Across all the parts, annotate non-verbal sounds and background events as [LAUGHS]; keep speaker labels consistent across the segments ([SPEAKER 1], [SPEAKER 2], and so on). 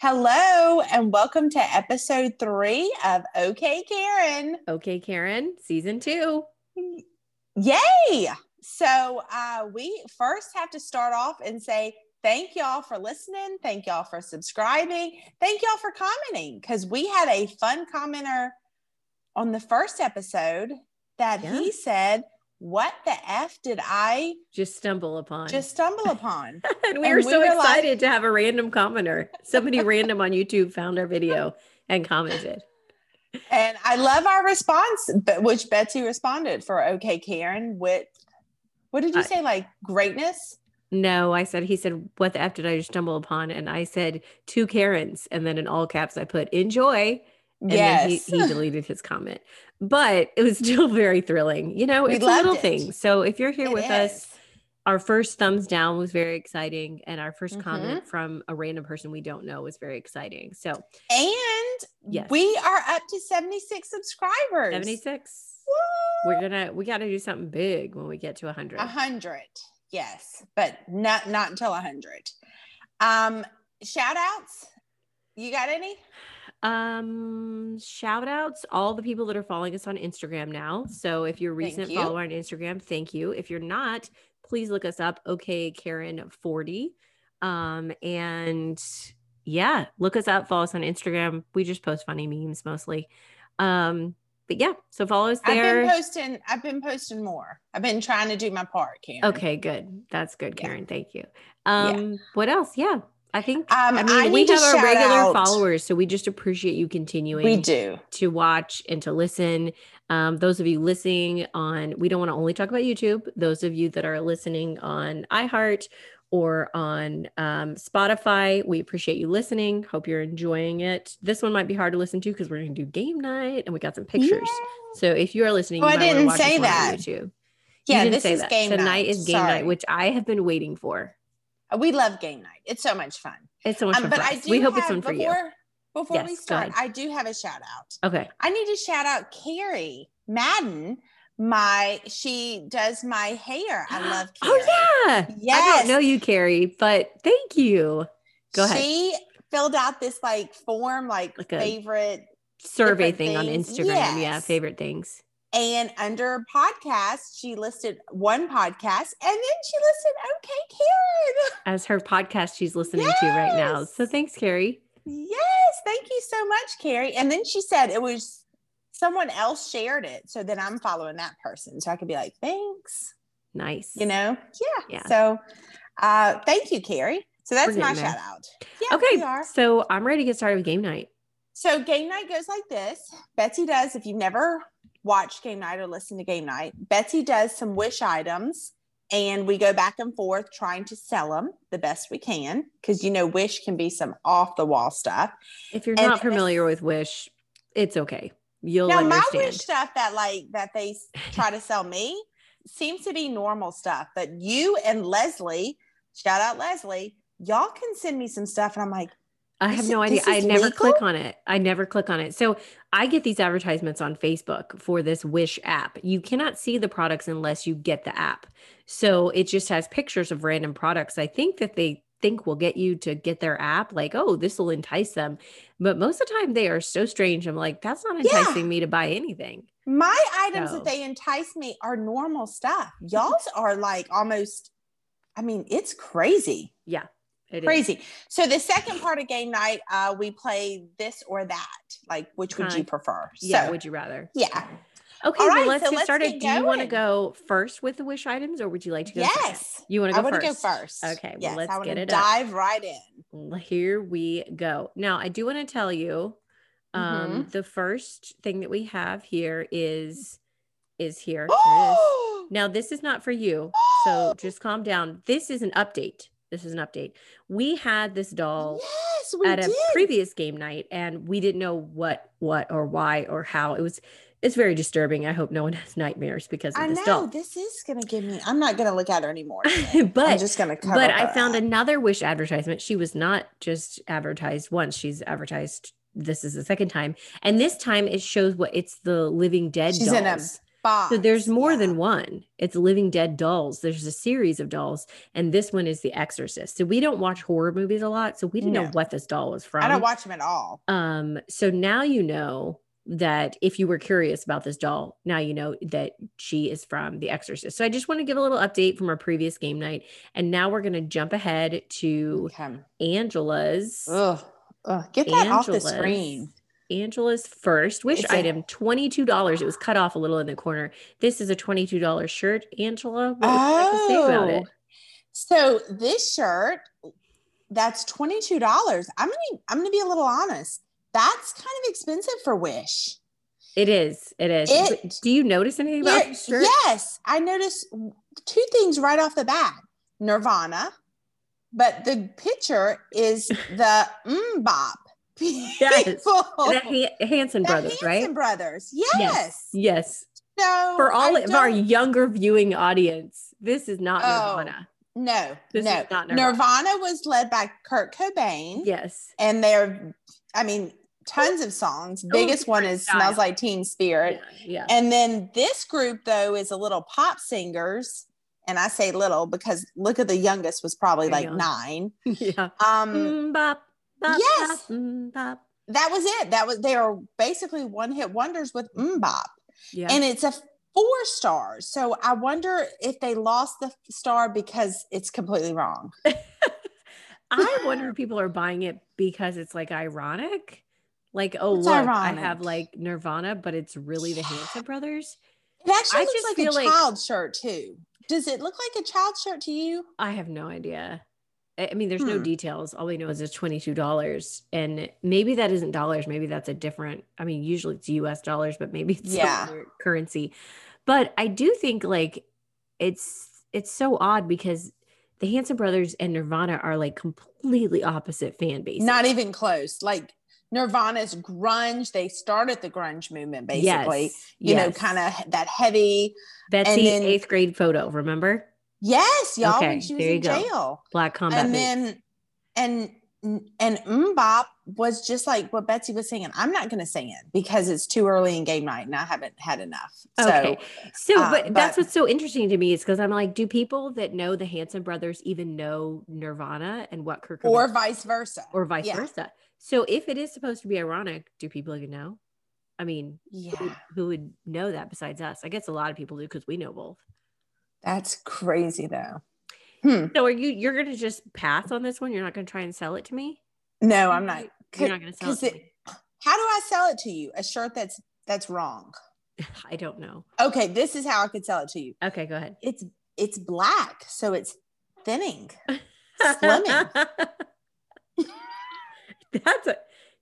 [SPEAKER 1] Hello, and welcome to episode three of OK Karen.
[SPEAKER 2] Okay, Karen, season two.
[SPEAKER 1] Yay! So, uh, we first have to start off and say thank y'all for listening. Thank y'all for subscribing. Thank y'all for commenting because we had a fun commenter on the first episode that he
[SPEAKER 2] Yeah.
[SPEAKER 1] said, What the F did I
[SPEAKER 2] Just stumble upon.
[SPEAKER 1] just stumble upon?
[SPEAKER 2] and we
[SPEAKER 1] and
[SPEAKER 2] were
[SPEAKER 1] we
[SPEAKER 2] so
[SPEAKER 1] were like-
[SPEAKER 2] excited to have a random commenter. Somebody random on YouTube found our video and commented.
[SPEAKER 1] and I love our response, but which Betsy responded for OK Karen with what did you
[SPEAKER 2] I-
[SPEAKER 1] say? Like greatness?
[SPEAKER 2] No, I said, he said, what the F did I just stumble upon? And I said, two Karens. And then in all caps, I put, enjoy. And then he,
[SPEAKER 1] Yes.
[SPEAKER 2] he deleted his comment. But it was [LAUGHS] still very thrilling. You know,
[SPEAKER 1] We
[SPEAKER 2] it's a
[SPEAKER 1] loved
[SPEAKER 2] little
[SPEAKER 1] it.
[SPEAKER 2] thing. So if you're here
[SPEAKER 1] It
[SPEAKER 2] with us,
[SPEAKER 1] is.
[SPEAKER 2] our first thumbs down was very exciting. And our 1st
[SPEAKER 1] Mhm.
[SPEAKER 2] comment from a random person we don't know was very exciting. So
[SPEAKER 1] And
[SPEAKER 2] Yes.
[SPEAKER 1] we are up to 76 subscribers.
[SPEAKER 2] 76.
[SPEAKER 1] Woo!
[SPEAKER 2] We're gonna we gotta do something big when we get to 100.
[SPEAKER 1] 100. Yes, but not not until 100. Um shout outs. You got any?
[SPEAKER 2] Um, shout outs all the people that are following us on Instagram now. So if you're a
[SPEAKER 1] Thank
[SPEAKER 2] recent
[SPEAKER 1] you.
[SPEAKER 2] follower on Instagram, thank you. If you're not, please look us up. Okay, Karen 40. Um, and yeah, look us up, follow us on Instagram. We just post funny memes mostly. Um, but yeah, so follow us
[SPEAKER 1] I've
[SPEAKER 2] there.
[SPEAKER 1] been posting I've been posting more. I've been trying to do my part, Karen.
[SPEAKER 2] okay, good. That's good,
[SPEAKER 1] Yeah.
[SPEAKER 2] Karen. Thank you. Um, what else? Yeah, I think
[SPEAKER 1] Um
[SPEAKER 2] I mean,
[SPEAKER 1] I
[SPEAKER 2] we
[SPEAKER 1] need to
[SPEAKER 2] have our
[SPEAKER 1] shout
[SPEAKER 2] regular
[SPEAKER 1] out-
[SPEAKER 2] followers, so we just appreciate you continuing
[SPEAKER 1] We do.
[SPEAKER 2] to watch and to listen. Um, those of you listening on, we don't want to only talk about YouTube. Those of you that are listening on iHeart or on um, Spotify, we appreciate you listening. Hope you're enjoying it. This one might be hard to listen to because we're going to do game night and we got some pictures. So if you are listening,
[SPEAKER 1] Oh,
[SPEAKER 2] you
[SPEAKER 1] I
[SPEAKER 2] might wanna
[SPEAKER 1] didn't
[SPEAKER 2] watch this
[SPEAKER 1] say
[SPEAKER 2] one on
[SPEAKER 1] that.
[SPEAKER 2] YouTube. You
[SPEAKER 1] Yeah,
[SPEAKER 2] didn't
[SPEAKER 1] this
[SPEAKER 2] say
[SPEAKER 1] is
[SPEAKER 2] that.
[SPEAKER 1] game
[SPEAKER 2] Tonight
[SPEAKER 1] night.
[SPEAKER 2] is game
[SPEAKER 1] Sorry. Uh,
[SPEAKER 2] night, which I have been waiting for.
[SPEAKER 1] we love game night. It's so much fun.
[SPEAKER 2] It's so much
[SPEAKER 1] Um,
[SPEAKER 2] fun.
[SPEAKER 1] but
[SPEAKER 2] for
[SPEAKER 1] I
[SPEAKER 2] us.
[SPEAKER 1] do
[SPEAKER 2] we hope
[SPEAKER 1] have
[SPEAKER 2] it's fun for you.
[SPEAKER 1] before before we
[SPEAKER 2] Yes, go
[SPEAKER 1] start,
[SPEAKER 2] ahead.
[SPEAKER 1] I do have a shout out.
[SPEAKER 2] Okay.
[SPEAKER 1] I need to shout out Carrie Madden. My she does my hair.
[SPEAKER 2] [GASPS]
[SPEAKER 1] I love Carrie.
[SPEAKER 2] Oh yeah. I
[SPEAKER 1] Yes.
[SPEAKER 2] don't know you, Carrie, but thank you. Go ahead.
[SPEAKER 1] She filled out this like form, like,
[SPEAKER 2] Like a-
[SPEAKER 1] favorite
[SPEAKER 2] Survey
[SPEAKER 1] Different
[SPEAKER 2] thing on
[SPEAKER 1] things.
[SPEAKER 2] Instagram. Yeah,
[SPEAKER 1] Yes.
[SPEAKER 2] favorite things.
[SPEAKER 1] and under podcast, she listed one podcast and then she listed okay Karen.
[SPEAKER 2] As her podcast she's listening to right now. So
[SPEAKER 1] Yes.
[SPEAKER 2] thanks, Carrie.
[SPEAKER 1] yes, thank you so much, Carrie. And then she said it was someone else shared it. So then I'm following that person. So I could be like, thanks.
[SPEAKER 2] Nice.
[SPEAKER 1] you know yeah,
[SPEAKER 2] Yeah.
[SPEAKER 1] so uh thank you carrie so that's
[SPEAKER 2] We're
[SPEAKER 1] my
[SPEAKER 2] getting there.
[SPEAKER 1] shout out yeah we
[SPEAKER 2] Okay.
[SPEAKER 1] are
[SPEAKER 2] So I'm ready to get started with game night.
[SPEAKER 1] so game night goes like this betsy does if you've never watched game night or listened to game night betsy does some wish items and we go back and forth trying to sell them the best we can because you know wish can be some off the wall stuff
[SPEAKER 2] If you're
[SPEAKER 1] And
[SPEAKER 2] not
[SPEAKER 1] then-
[SPEAKER 2] familiar with Wish, it's okay. You'll
[SPEAKER 1] now
[SPEAKER 2] understand.
[SPEAKER 1] my wish stuff that like that they s- try to sell me seems to be normal stuff but you and leslie shout out leslie y'all can send me some stuff and i'm like
[SPEAKER 2] I
[SPEAKER 1] This
[SPEAKER 2] have
[SPEAKER 1] is-
[SPEAKER 2] no idea.
[SPEAKER 1] this
[SPEAKER 2] I
[SPEAKER 1] is
[SPEAKER 2] never
[SPEAKER 1] legal?
[SPEAKER 2] click on it. I never click on it. So I get these advertisements on Facebook for this Wish app. You cannot see the products unless you get the app. So it just has pictures of random products. I think that they think will get you to get their app, like, oh, this will entice them. But most of the time they are so strange. I'm like, that's not
[SPEAKER 1] Yeah.
[SPEAKER 2] enticing me to buy anything.
[SPEAKER 1] My items
[SPEAKER 2] So-
[SPEAKER 1] that they entice me are normal stuff.
[SPEAKER 2] [LAUGHS]
[SPEAKER 1] Y'all's are like almost, I mean, it's crazy.
[SPEAKER 2] Yeah. It is.
[SPEAKER 1] Crazy. So the second part of game night, uh, we play this or that. Like, which would
[SPEAKER 2] Kinda
[SPEAKER 1] you
[SPEAKER 2] like-
[SPEAKER 1] prefer?
[SPEAKER 2] Yeah.
[SPEAKER 1] So,
[SPEAKER 2] would you rather?
[SPEAKER 1] yeah.
[SPEAKER 2] Okay.
[SPEAKER 1] All
[SPEAKER 2] well,
[SPEAKER 1] right,
[SPEAKER 2] let's
[SPEAKER 1] so
[SPEAKER 2] get
[SPEAKER 1] let's get
[SPEAKER 2] started. Do you want to
[SPEAKER 1] going.
[SPEAKER 2] go first with the Wish items or would you like to go? second?
[SPEAKER 1] Yes.
[SPEAKER 2] You want
[SPEAKER 1] I
[SPEAKER 2] to go
[SPEAKER 1] want to
[SPEAKER 2] first?
[SPEAKER 1] go first.
[SPEAKER 2] Okay, well,
[SPEAKER 1] yes.
[SPEAKER 2] let's
[SPEAKER 1] I want
[SPEAKER 2] get
[SPEAKER 1] to
[SPEAKER 2] it up.
[SPEAKER 1] dive right in.
[SPEAKER 2] L- here we go. Now, I do want to tell you um
[SPEAKER 1] Mm-hmm.
[SPEAKER 2] the first thing that we have here is
[SPEAKER 1] [GASPS]
[SPEAKER 2] is here. Here it is.
[SPEAKER 1] Oh,
[SPEAKER 2] Now, this is not for you. So just calm down. This is an update. This is an update. We had this doll
[SPEAKER 1] Oh, yes, we
[SPEAKER 2] at a
[SPEAKER 1] did.
[SPEAKER 2] previous game night and we didn't know what what or why or how. It was it's very disturbing. I hope no one has nightmares because of
[SPEAKER 1] I
[SPEAKER 2] this
[SPEAKER 1] know
[SPEAKER 2] doll. [LAUGHS]
[SPEAKER 1] this is going to give me, I'm not going to look at her anymore. I'm
[SPEAKER 2] but
[SPEAKER 1] just going to cover
[SPEAKER 2] but I
[SPEAKER 1] her
[SPEAKER 2] found
[SPEAKER 1] up.
[SPEAKER 2] another Wish advertisement. She was not just advertised once, she's advertised this is the second time. And this time it shows what it's the living dead
[SPEAKER 1] She's
[SPEAKER 2] dolls.
[SPEAKER 1] in a box.
[SPEAKER 2] So there's more
[SPEAKER 1] Yeah.
[SPEAKER 2] than one. It's Living Dead Dolls. There's a series of dolls, and this one is The Exorcist. So we don't watch horror movies a lot, so we didn't
[SPEAKER 1] No.
[SPEAKER 2] know what this doll was from.
[SPEAKER 1] I don't watch them at all.
[SPEAKER 2] um, so now you know that if you were curious about this doll, now you know that she is from The Exorcist. So I just want to give a little update from our previous game night, and now we're going to jump ahead to
[SPEAKER 1] Okay.
[SPEAKER 2] Angela's.
[SPEAKER 1] Ugh. Ugh. Get that off the screen.
[SPEAKER 2] Angela's first wish
[SPEAKER 1] It's a-
[SPEAKER 2] item, $22. It was cut off a little in the corner. This is a $22 shirt. Angela, what would you like to say about it?
[SPEAKER 1] Oh. So this shirt, that's twenty two dollars. I'm gonna I'm gonna be a little honest. That's kind of expensive for Wish.
[SPEAKER 2] It is. It is.
[SPEAKER 1] It-
[SPEAKER 2] But Do you notice anything about
[SPEAKER 1] Here-
[SPEAKER 2] the shirt?
[SPEAKER 1] Yes, I noticed two things right off the bat: Nirvana, but the picture is the Mbop [LAUGHS] people.
[SPEAKER 2] Yes. The Han- Hanson
[SPEAKER 1] The
[SPEAKER 2] brothers, right?
[SPEAKER 1] Hanson Brothers. Yes.
[SPEAKER 2] Yes.
[SPEAKER 1] So
[SPEAKER 2] For all
[SPEAKER 1] I
[SPEAKER 2] of our
[SPEAKER 1] don't-
[SPEAKER 2] younger viewing audience, this is not
[SPEAKER 1] Oh.
[SPEAKER 2] Nirvana.
[SPEAKER 1] no,
[SPEAKER 2] This
[SPEAKER 1] no.
[SPEAKER 2] is not Nirvana.
[SPEAKER 1] Nirvana. was led by Kurt Cobain.
[SPEAKER 2] Yes.
[SPEAKER 1] and they're i mean tons of
[SPEAKER 2] Oh,
[SPEAKER 1] songs biggest one is
[SPEAKER 2] style.
[SPEAKER 1] smells like teen spirit
[SPEAKER 2] Yeah. yeah.
[SPEAKER 1] and then this group though is a little pop singers and i say little because look at the youngest was probably
[SPEAKER 2] They're
[SPEAKER 1] like
[SPEAKER 2] young.
[SPEAKER 1] nine
[SPEAKER 2] [LAUGHS] yeah.
[SPEAKER 1] um
[SPEAKER 2] Mm, bop, bop,
[SPEAKER 1] Yes.
[SPEAKER 2] bop, mm, bop.
[SPEAKER 1] that was it that was they are basically one hit wonders with mbop
[SPEAKER 2] Yeah.
[SPEAKER 1] and it's a four stars so i wonder if they lost the star because it's completely wrong
[SPEAKER 2] I wonder if people are buying it because it's like ironic. Like, oh,
[SPEAKER 1] It's
[SPEAKER 2] look, I
[SPEAKER 1] ironic.
[SPEAKER 2] have like Nirvana, but it's really the Hanson brothers.
[SPEAKER 1] it actually
[SPEAKER 2] I
[SPEAKER 1] looks
[SPEAKER 2] just
[SPEAKER 1] like
[SPEAKER 2] feel
[SPEAKER 1] a
[SPEAKER 2] like-
[SPEAKER 1] child shirt too does it look like a child shirt to you
[SPEAKER 2] I have no idea. I I mean, there's no
[SPEAKER 1] Hmm.
[SPEAKER 2] details. All we know is it's $22. And maybe that isn't dollars. Maybe that's a different, I mean, usually it's US dollars, but maybe [LAUGHS] it's some
[SPEAKER 1] Yeah.
[SPEAKER 2] other currency. But I do think like it's it's so odd because the Hanson brothers and Nirvana are like completely opposite fan bases.
[SPEAKER 1] Not even close. Like Nirvana's grunge. They started the grunge movement basically.
[SPEAKER 2] Yes,
[SPEAKER 1] You know,
[SPEAKER 2] yes.
[SPEAKER 1] kind of that heavy.
[SPEAKER 2] Betsy's
[SPEAKER 1] then-
[SPEAKER 2] eighth grade photo, remember?
[SPEAKER 1] Yes, y'all
[SPEAKER 2] Okay,
[SPEAKER 1] when she was
[SPEAKER 2] there you
[SPEAKER 1] in
[SPEAKER 2] go.
[SPEAKER 1] jail.
[SPEAKER 2] Black combat.
[SPEAKER 1] and
[SPEAKER 2] boots.
[SPEAKER 1] then and and Mbop was just like what Betsy was singing. I'm not gonna sing it because it's too early in game night and I haven't had enough. So
[SPEAKER 2] Okay. So,
[SPEAKER 1] uh,
[SPEAKER 2] but, that's
[SPEAKER 1] but-
[SPEAKER 2] what's so interesting to me is because I'm like, do people that know the Hanson brothers even know Nirvana and what Kurt
[SPEAKER 1] or
[SPEAKER 2] Cobain-
[SPEAKER 1] vice versa.
[SPEAKER 2] or vice
[SPEAKER 1] yeah.
[SPEAKER 2] versa? So, if it is supposed to be ironic, do people even know? I mean, who,
[SPEAKER 1] yeah.
[SPEAKER 2] would, who would know that besides us? I guess a lot of people do because we know both.
[SPEAKER 1] That's crazy though.
[SPEAKER 2] So, are you you're gonna just pass on this one? You're not gonna try and sell it to me?
[SPEAKER 1] No, I'm not.
[SPEAKER 2] You're not gonna sell it.
[SPEAKER 1] 'cause
[SPEAKER 2] To
[SPEAKER 1] it- How do I sell it to you? A shirt that's that's wrong.
[SPEAKER 2] me? [LAUGHS] I don't know.
[SPEAKER 1] Okay, this is how I could sell it to you.
[SPEAKER 2] Okay, go ahead.
[SPEAKER 1] It's it's black, so it's
[SPEAKER 2] [LAUGHS]
[SPEAKER 1] thinning. Slimming.
[SPEAKER 2] that's a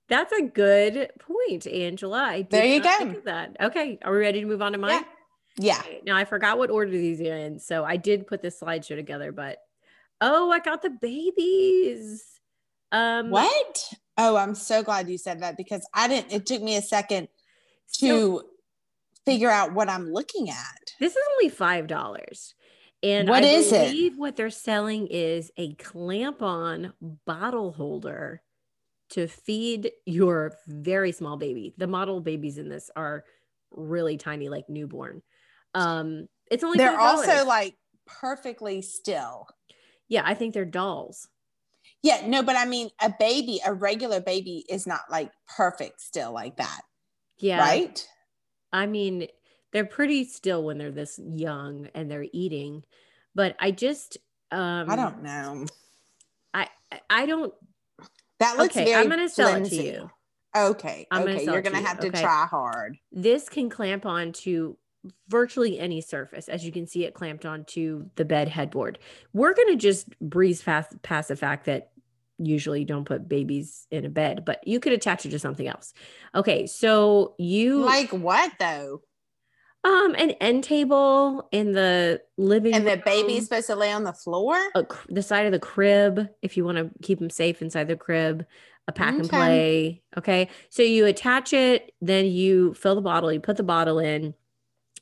[SPEAKER 2] that's a good point, Angela. I did
[SPEAKER 1] There you
[SPEAKER 2] not
[SPEAKER 1] go.
[SPEAKER 2] think of that. Okay, are we ready to move on to mine?
[SPEAKER 1] Yeah. Yeah.
[SPEAKER 2] Okay, Now I forgot what order these are in, so I did put this slideshow together. But oh, I got the babies. Um,
[SPEAKER 1] What? Oh, I'm so glad you said that because I didn't it took me a second to
[SPEAKER 2] so
[SPEAKER 1] figure out what I'm looking at.
[SPEAKER 2] this is only five dollars, and
[SPEAKER 1] What
[SPEAKER 2] I
[SPEAKER 1] is it?
[SPEAKER 2] believe what they're selling is a clamp-on bottle holder to feed your very small baby. The model babies in this are really tiny, like newborn. Um, it's only
[SPEAKER 1] They're also
[SPEAKER 2] $5.
[SPEAKER 1] like perfectly still.
[SPEAKER 2] yeah, I think they're dolls.
[SPEAKER 1] Yeah, no, but I mean a baby, a regular baby is not like perfect still like that,
[SPEAKER 2] Yeah,
[SPEAKER 1] right?
[SPEAKER 2] I mean, they're pretty still when they're this young and they're eating, but I just um
[SPEAKER 1] I don't know.
[SPEAKER 2] I I don't
[SPEAKER 1] That looks
[SPEAKER 2] okay,
[SPEAKER 1] very
[SPEAKER 2] I'm gonna sell
[SPEAKER 1] flimsy.
[SPEAKER 2] it to you.
[SPEAKER 1] Okay.
[SPEAKER 2] I'm gonna
[SPEAKER 1] okay.
[SPEAKER 2] sell
[SPEAKER 1] You're
[SPEAKER 2] it to
[SPEAKER 1] gonna
[SPEAKER 2] you.
[SPEAKER 1] have to
[SPEAKER 2] Okay.
[SPEAKER 1] try hard.
[SPEAKER 2] This can clamp on to virtually any surface. As you can see, it clamped onto the bed headboard. We're gonna just breeze past past the fact that usually you don't put babies in a bed, but you could attach it to something else. Okay, so you
[SPEAKER 1] Like what though?
[SPEAKER 2] um an end table in the living
[SPEAKER 1] and the
[SPEAKER 2] room.
[SPEAKER 1] baby's supposed to lay on the floor.
[SPEAKER 2] a, cr- the side of the crib if you want to keep them safe inside the crib a pack and
[SPEAKER 1] Okay.
[SPEAKER 2] play okay so you attach it then you fill the bottle you put the bottle in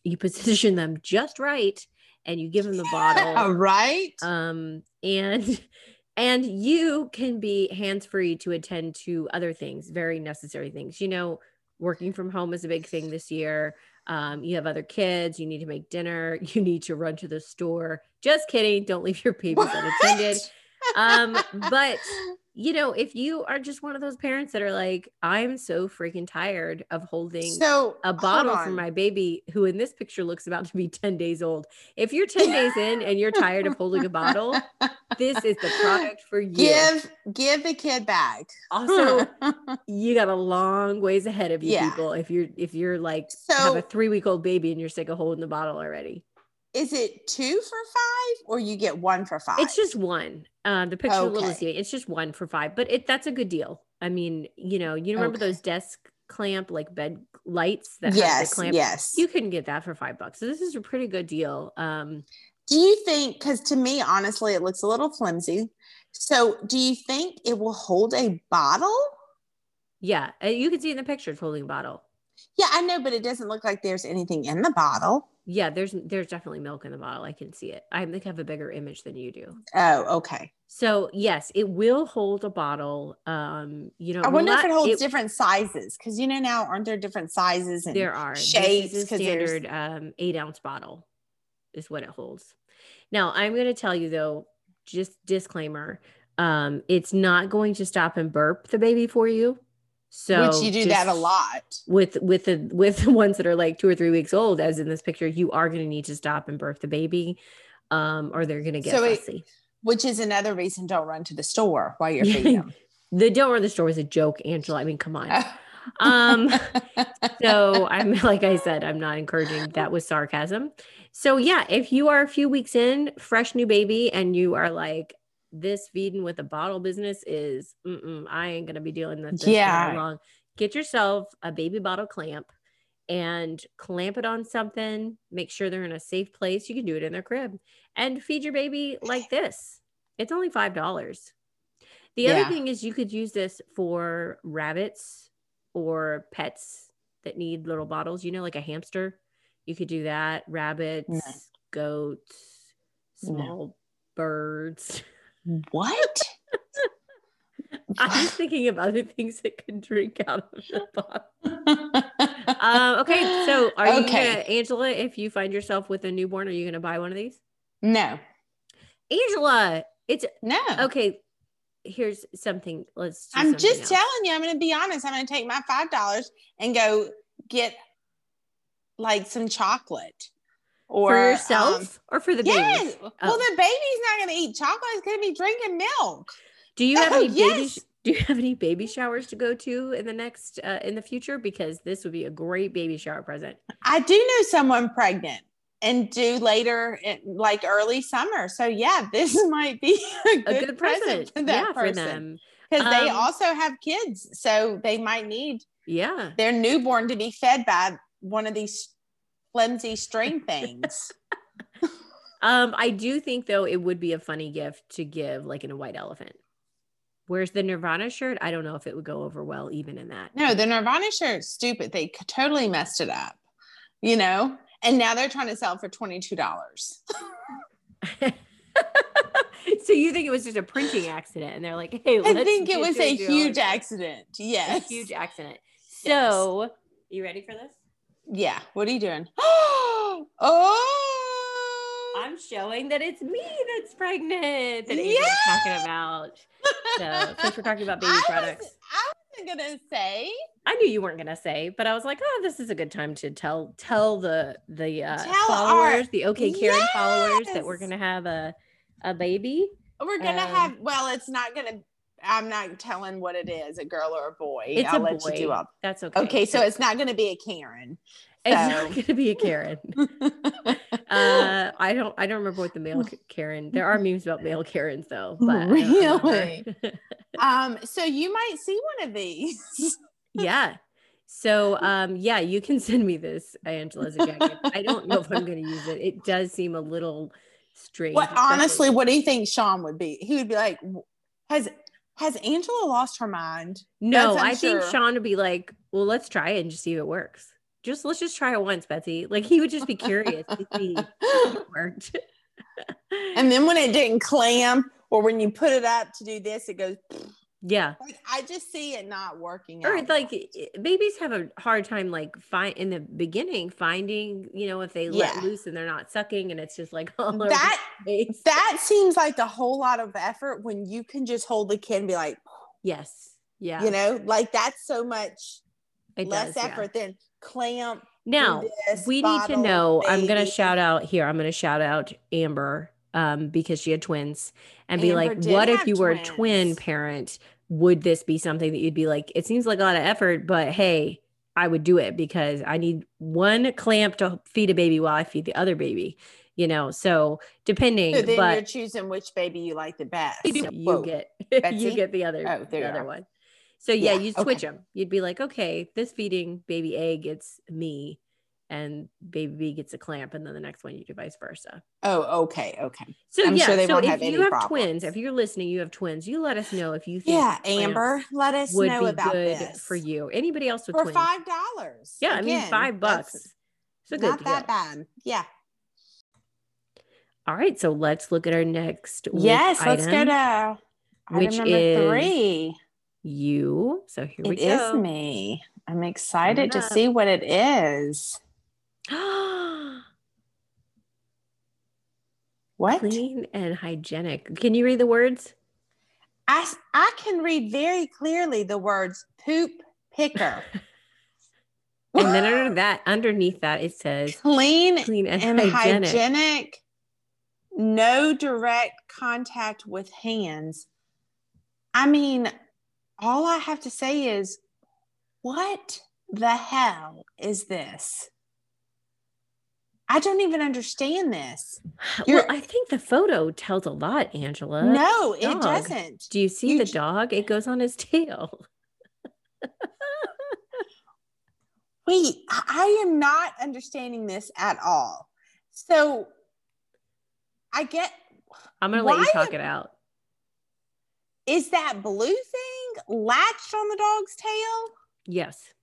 [SPEAKER 2] you [LAUGHS] position them just right and you give them the
[SPEAKER 1] [LAUGHS] All
[SPEAKER 2] bottle
[SPEAKER 1] right.
[SPEAKER 2] um and [LAUGHS] and you can be hands free to attend to other things very necessary things you know working from home is a big thing this year um, you have other kids, you need to make dinner, [LAUGHS] you need to run to the store. Just kidding. Don't leave your babies
[SPEAKER 1] What?
[SPEAKER 2] unattended. Um, but you know, if you are just one of those parents that are like, I'm so freaking tired of holding
[SPEAKER 1] so
[SPEAKER 2] a
[SPEAKER 1] hold
[SPEAKER 2] bottle for
[SPEAKER 1] on.
[SPEAKER 2] my baby, who in this picture looks about to be [LAUGHS] 10 days old. If you're 10 days in and you're tired of holding a bottle, this is
[SPEAKER 1] [LAUGHS]
[SPEAKER 2] the product for you.
[SPEAKER 1] give give the kid back.
[SPEAKER 2] Also,
[SPEAKER 1] [LAUGHS]
[SPEAKER 2] you got a long ways ahead of you
[SPEAKER 1] Yeah.
[SPEAKER 2] people if you're if you're like have
[SPEAKER 1] so
[SPEAKER 2] a three week old baby and you're sick of holding the bottle already.
[SPEAKER 1] is it two for five or you get one for five?
[SPEAKER 2] It's just one. Um, the picture of Little
[SPEAKER 1] Okay.
[SPEAKER 2] Zia, it's just one for five, but it that's a good deal. I mean, you know, you remember
[SPEAKER 1] Okay.
[SPEAKER 2] those desk clamp like bed lights that have
[SPEAKER 1] yes,
[SPEAKER 2] the clamp.
[SPEAKER 1] yes.
[SPEAKER 2] You can get that for five bucks. So this is a pretty good deal. Um,
[SPEAKER 1] do you think? Because to me, honestly, it looks a little flimsy. So, do you think it will hold a bottle?
[SPEAKER 2] yeah, uh, you can see in the picture it's holding a bottle.
[SPEAKER 1] Yeah, I know, but it doesn't look like there's anything in the bottle.
[SPEAKER 2] Yeah, there's there's definitely milk in the bottle. I can see it. I think I have a bigger image than you do.
[SPEAKER 1] Oh, okay.
[SPEAKER 2] So yes, it will hold a bottle. Um, you know,
[SPEAKER 1] I
[SPEAKER 2] will
[SPEAKER 1] wonder if
[SPEAKER 2] not-
[SPEAKER 1] it holds different sizes because you know now aren't there different sizes and
[SPEAKER 2] There are This is
[SPEAKER 1] shapes,
[SPEAKER 2] a
[SPEAKER 1] 'cause there's-
[SPEAKER 2] standard um, eight ounce bottle is what it holds. Now I'm going to tell you though, just disclaimer, um, it's not going to stop and burp the baby for you. So
[SPEAKER 1] which you do that a
[SPEAKER 2] just-
[SPEAKER 1] lot.
[SPEAKER 2] with with the with the ones that are like two or three weeks old, as in this picture, you are going to need to stop and burp the baby, um, or they're going to get
[SPEAKER 1] So it-
[SPEAKER 2] fussy.
[SPEAKER 1] which is another reason don't run to the store while you're
[SPEAKER 2] [LAUGHS] Yeah.
[SPEAKER 1] feeding them.
[SPEAKER 2] the don't run the store was a joke, Angela. I mean,
[SPEAKER 1] [LAUGHS]
[SPEAKER 2] come on. Um, so I'm [LAUGHS] like I said, I'm not encouraging. That was sarcasm. So yeah, if you are a few weeks in, fresh new baby, and you are like, this feeding with a bottle business is, mm-mm, I ain't gonna be dealing with this yeah.
[SPEAKER 1] Yeah.
[SPEAKER 2] long. Get yourself a baby bottle clamp and clamp it on something. Make sure they're in a safe place. You can do it in their crib and feed your baby like this. It's only five dollars. The
[SPEAKER 1] Yeah.
[SPEAKER 2] other thing is you could use this for rabbits or pets that need little bottles, you know, like a hamster. You could do that. Rabbits, goats,
[SPEAKER 1] No.
[SPEAKER 2] small
[SPEAKER 1] [LAUGHS]
[SPEAKER 2] birds.
[SPEAKER 1] [LAUGHS]
[SPEAKER 2] [LAUGHS]
[SPEAKER 1] what?
[SPEAKER 2] I'm just thinking of other things that could drink out
[SPEAKER 1] [LAUGHS]
[SPEAKER 2] of the bottle. Um, okay, so are you
[SPEAKER 1] Okay.
[SPEAKER 2] gonna, Angela? If you find yourself with a newborn, are you gonna buy one of these?
[SPEAKER 1] no,
[SPEAKER 2] Angela, it's
[SPEAKER 1] no.
[SPEAKER 2] okay. Here's something. Let's. do
[SPEAKER 1] I'm
[SPEAKER 2] something
[SPEAKER 1] just
[SPEAKER 2] else.
[SPEAKER 1] telling you, I'm going to be honest. I'm going to take my $5 and go get like some chocolate or
[SPEAKER 2] for
[SPEAKER 1] um,
[SPEAKER 2] yourself or for the baby.
[SPEAKER 1] yes. Well,
[SPEAKER 2] Oh.
[SPEAKER 1] the baby's not going to eat chocolate. It's going to be drinking milk.
[SPEAKER 2] Do you have
[SPEAKER 1] Oh,
[SPEAKER 2] any baby?
[SPEAKER 1] yes.
[SPEAKER 2] sh- [LAUGHS] Do you have any baby showers to go to in the next uh, in the future? Because this would be a great baby shower present.
[SPEAKER 1] I do know someone pregnant and do later, in, like early summer. So, yeah, this [LAUGHS] might be a good,
[SPEAKER 2] A good, present,
[SPEAKER 1] present for that
[SPEAKER 2] yeah,
[SPEAKER 1] person.
[SPEAKER 2] for them.
[SPEAKER 1] because they
[SPEAKER 2] Um,
[SPEAKER 1] also have kids so they might need
[SPEAKER 2] Yeah,
[SPEAKER 1] their newborn to be fed by one of these flimsy
[SPEAKER 2] [LAUGHS]
[SPEAKER 1] string things
[SPEAKER 2] um, I do think though it would be a funny gift to give, like in a white elephant. Where's the Nirvana shirt? I don't know if it would go over well, even in that.
[SPEAKER 1] no the nirvana shirt's stupid they c- totally messed it up you know and now they're trying to sell for $22
[SPEAKER 2] [LAUGHS] so you think it was just a printing accident, and they're like, "Hey,
[SPEAKER 1] i
[SPEAKER 2] let's
[SPEAKER 1] think it
[SPEAKER 2] get
[SPEAKER 1] was
[SPEAKER 2] you
[SPEAKER 1] a
[SPEAKER 2] dollar
[SPEAKER 1] huge
[SPEAKER 2] shirt."
[SPEAKER 1] accident yes
[SPEAKER 2] A huge accident.
[SPEAKER 1] Yes.
[SPEAKER 2] So, you ready for this?
[SPEAKER 1] yeah what are you doing [GASPS] oh
[SPEAKER 2] I'm showing that it's me that's pregnant that Angel's talking about. So since we're talking about baby
[SPEAKER 1] I was-
[SPEAKER 2] products,
[SPEAKER 1] i wasn't gonna say
[SPEAKER 2] I knew you weren't gonna say, but I was like, oh, this is a good time to tell tell the the uh,
[SPEAKER 1] Tell our-
[SPEAKER 2] followers, the OK Karen followers, that we're
[SPEAKER 1] Yes.
[SPEAKER 2] gonna have a a baby.
[SPEAKER 1] We're gonna
[SPEAKER 2] Um,
[SPEAKER 1] have. Well, it's not gonna. I'm not telling what it is, a girl or a boy.
[SPEAKER 2] It's
[SPEAKER 1] I'll
[SPEAKER 2] a
[SPEAKER 1] let you do
[SPEAKER 2] boy.
[SPEAKER 1] up.
[SPEAKER 2] That's okay.
[SPEAKER 1] Okay, so it's not gonna be a Karen. [LAUGHS]
[SPEAKER 2] it's
[SPEAKER 1] so-
[SPEAKER 2] not gonna be
[SPEAKER 1] [LAUGHS]
[SPEAKER 2] a Karen. uh, I don't I don't remember what the male Karen. There are memes about male Karens though, but I don't remember. [LAUGHS]
[SPEAKER 1] Really? um, so you might see one of
[SPEAKER 2] [LAUGHS]
[SPEAKER 1] these.
[SPEAKER 2] yeah. So um yeah, you can send me this Angela's a jacket. I don't know if I'm gonna use it. It does seem a little strange.
[SPEAKER 1] What
[SPEAKER 2] especially-
[SPEAKER 1] honestly? What do you think Sean would be? He would be like, has has Angela lost her mind?
[SPEAKER 2] No,
[SPEAKER 1] that's
[SPEAKER 2] I think
[SPEAKER 1] unsure.
[SPEAKER 2] Sean would be like, well, let's try it and just see if it works. Just let's just try it once, Betsy. Like he would just be curious to see if
[SPEAKER 1] and
[SPEAKER 2] it worked.
[SPEAKER 1] then when it didn't clamp, or when you put it up to do this, it goes.
[SPEAKER 2] [LAUGHS] Yeah.
[SPEAKER 1] Like I just see it not working.
[SPEAKER 2] Or
[SPEAKER 1] out.
[SPEAKER 2] like i- babies have a hard time like find in the beginning finding, you know, if they
[SPEAKER 1] Yeah.
[SPEAKER 2] let loose and they're not sucking and it's just like [LAUGHS] all over
[SPEAKER 1] that
[SPEAKER 2] the place.
[SPEAKER 1] that seems like a whole lot of effort when you can just hold the kid and be like,
[SPEAKER 2] Yes. Yeah.
[SPEAKER 1] you know, like that's so much
[SPEAKER 2] it
[SPEAKER 1] less
[SPEAKER 2] does, yeah.
[SPEAKER 1] effort than clamp.
[SPEAKER 2] Now,
[SPEAKER 1] this,
[SPEAKER 2] we need to
[SPEAKER 1] bottle,
[SPEAKER 2] know. I'm going
[SPEAKER 1] baby.
[SPEAKER 2] to shout out here. I'm going to shout out Amber um, because she had twins and be
[SPEAKER 1] Amber
[SPEAKER 2] like,
[SPEAKER 1] did
[SPEAKER 2] what
[SPEAKER 1] have
[SPEAKER 2] if you were a twin
[SPEAKER 1] twins.
[SPEAKER 2] parent? Would this be something that you'd be like, it seems like a lot of effort, but hey, I would do it because I need one clamp to feed a baby while I feed the other baby, you know? So depending,
[SPEAKER 1] So then you're
[SPEAKER 2] but
[SPEAKER 1] choosing which baby you like the best.
[SPEAKER 2] you
[SPEAKER 1] Whoa.
[SPEAKER 2] get, [LAUGHS]
[SPEAKER 1] Betsy?
[SPEAKER 2] you get the other,
[SPEAKER 1] Oh, there you
[SPEAKER 2] the other
[SPEAKER 1] are.
[SPEAKER 2] one. So yeah,
[SPEAKER 1] Yeah,
[SPEAKER 2] you
[SPEAKER 1] okay.
[SPEAKER 2] switch them. You'd be like, okay, this feeding baby A gets me, and baby B gets a clamp, and then the next one you do vice versa.
[SPEAKER 1] Oh, okay, okay.
[SPEAKER 2] So
[SPEAKER 1] I'm
[SPEAKER 2] yeah,
[SPEAKER 1] sure they
[SPEAKER 2] so
[SPEAKER 1] won't
[SPEAKER 2] if
[SPEAKER 1] have
[SPEAKER 2] you
[SPEAKER 1] any
[SPEAKER 2] have
[SPEAKER 1] problems.
[SPEAKER 2] twins, if you're listening, you have twins. You let us know if you think
[SPEAKER 1] Yeah,
[SPEAKER 2] clamps
[SPEAKER 1] Amber, let us
[SPEAKER 2] would
[SPEAKER 1] know
[SPEAKER 2] be
[SPEAKER 1] about
[SPEAKER 2] good
[SPEAKER 1] this
[SPEAKER 2] for you. Anybody else with
[SPEAKER 1] For
[SPEAKER 2] twins?
[SPEAKER 1] five dollars.
[SPEAKER 2] yeah, I mean five bucks. It's a good
[SPEAKER 1] Not that
[SPEAKER 2] deal.
[SPEAKER 1] bad. Yeah.
[SPEAKER 2] All right, so let's look at our next. wish item.
[SPEAKER 1] to
[SPEAKER 2] which is-
[SPEAKER 1] three.
[SPEAKER 2] you. So here we
[SPEAKER 1] It is [GASPS]
[SPEAKER 2] [GASPS] go.
[SPEAKER 1] me. I'm excited to
[SPEAKER 2] up.
[SPEAKER 1] see what it is. What?
[SPEAKER 2] Clean and hygienic. Can you read the words?
[SPEAKER 1] I s- I can read very clearly the words poop picker.
[SPEAKER 2] [LAUGHS] And then
[SPEAKER 1] [LAUGHS]
[SPEAKER 2] under that, underneath that, it says
[SPEAKER 1] clean
[SPEAKER 2] clean and,
[SPEAKER 1] and
[SPEAKER 2] hygienic.
[SPEAKER 1] hygienic, no direct contact with hands. I mean, all I have to say is, what the hell is this? I don't even understand this.
[SPEAKER 2] Well,
[SPEAKER 1] You're-
[SPEAKER 2] I think the photo tells a lot, Angela.
[SPEAKER 1] no, it
[SPEAKER 2] dog.
[SPEAKER 1] doesn't.
[SPEAKER 2] Do you see
[SPEAKER 1] you
[SPEAKER 2] the
[SPEAKER 1] j-
[SPEAKER 2] dog? It goes on his [LAUGHS] tail.
[SPEAKER 1] Wait, I- I am not understanding this at all. So I get
[SPEAKER 2] I'm gonna let
[SPEAKER 1] Why
[SPEAKER 2] you talk it out.
[SPEAKER 1] is that blue thing latched on the dog's tail?
[SPEAKER 2] Yes.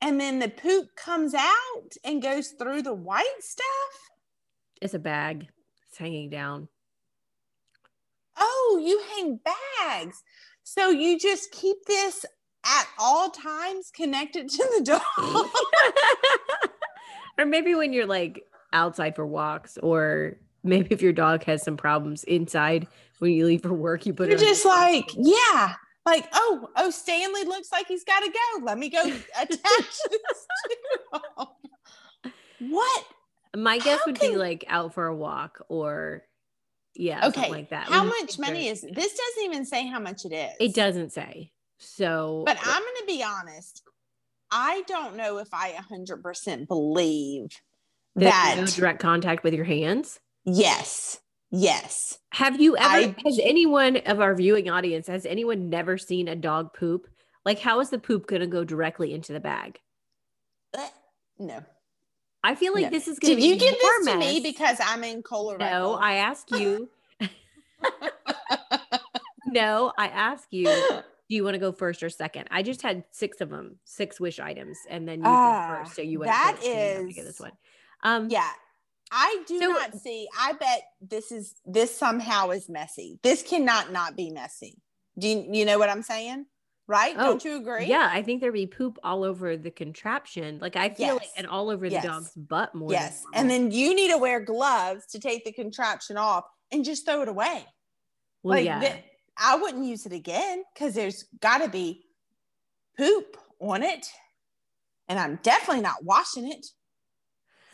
[SPEAKER 1] and then the poop comes out and goes through the white stuff.
[SPEAKER 2] It's a bag. It's
[SPEAKER 1] [LAUGHS]
[SPEAKER 2] hanging down.
[SPEAKER 1] Oh, you hang bags. So you just keep this at all times connected to the dog. [LAUGHS]
[SPEAKER 2] or maybe when you're like outside for walks, or maybe if your dog has some problems inside when you leave for work, you put
[SPEAKER 1] You're
[SPEAKER 2] it on-
[SPEAKER 1] just like, yeah. Like, oh, oh, Stanley looks like he's got to go. Let me go
[SPEAKER 2] [LAUGHS]
[SPEAKER 1] attach this to him. What?
[SPEAKER 2] My guess
[SPEAKER 1] How
[SPEAKER 2] would be
[SPEAKER 1] can-
[SPEAKER 2] like out for a walk or yeah,
[SPEAKER 1] Okay,
[SPEAKER 2] something like that.
[SPEAKER 1] How
[SPEAKER 2] We-
[SPEAKER 1] much money is this? Doesn't even say how much it is.
[SPEAKER 2] it doesn't say. So
[SPEAKER 1] But I'm going to be honest. I don't know if I 100% believe
[SPEAKER 2] there's
[SPEAKER 1] that.
[SPEAKER 2] no direct contact with your hands.
[SPEAKER 1] Yes. Yes.
[SPEAKER 2] Have you ever
[SPEAKER 1] I-
[SPEAKER 2] has anyone of our viewing audience has anyone never seen a dog poop? Like how is the poop going to go directly into the bag?
[SPEAKER 1] Uh, No.
[SPEAKER 2] I feel like
[SPEAKER 1] No.
[SPEAKER 2] this is going
[SPEAKER 1] Did
[SPEAKER 2] to
[SPEAKER 1] you give this to
[SPEAKER 2] mess.
[SPEAKER 1] me because I'm in
[SPEAKER 2] No,
[SPEAKER 1] colorectal?
[SPEAKER 2] I ask
[SPEAKER 1] [LAUGHS]
[SPEAKER 2] you. [LAUGHS] no, I ask you.
[SPEAKER 1] [LAUGHS]
[SPEAKER 2] Do you want to go first or second? I just had six of them, six wish items, and then you said
[SPEAKER 1] Ah,
[SPEAKER 2] first, so you went
[SPEAKER 1] that
[SPEAKER 2] first. and then I'm gonna get
[SPEAKER 1] is-
[SPEAKER 2] this one. Um,
[SPEAKER 1] yeah. I do
[SPEAKER 2] So-
[SPEAKER 1] not see. I bet this is this somehow is messy. This cannot not be messy. Do you, you know what I'm saying? Right?
[SPEAKER 2] Oh,
[SPEAKER 1] Don't you agree?
[SPEAKER 2] yeah, I think there'd be poop all over the contraption. Like I feel like,
[SPEAKER 1] Yes.
[SPEAKER 2] and all over the
[SPEAKER 1] Yes.
[SPEAKER 2] dog's butt more. than
[SPEAKER 1] Yes. And
[SPEAKER 2] normal.
[SPEAKER 1] then you need to wear gloves to take the contraption off and just throw it away.
[SPEAKER 2] well,
[SPEAKER 1] like
[SPEAKER 2] yeah,
[SPEAKER 1] thi- I wouldn't use it again because there's got to be poop on it, and I'm definitely not washing it.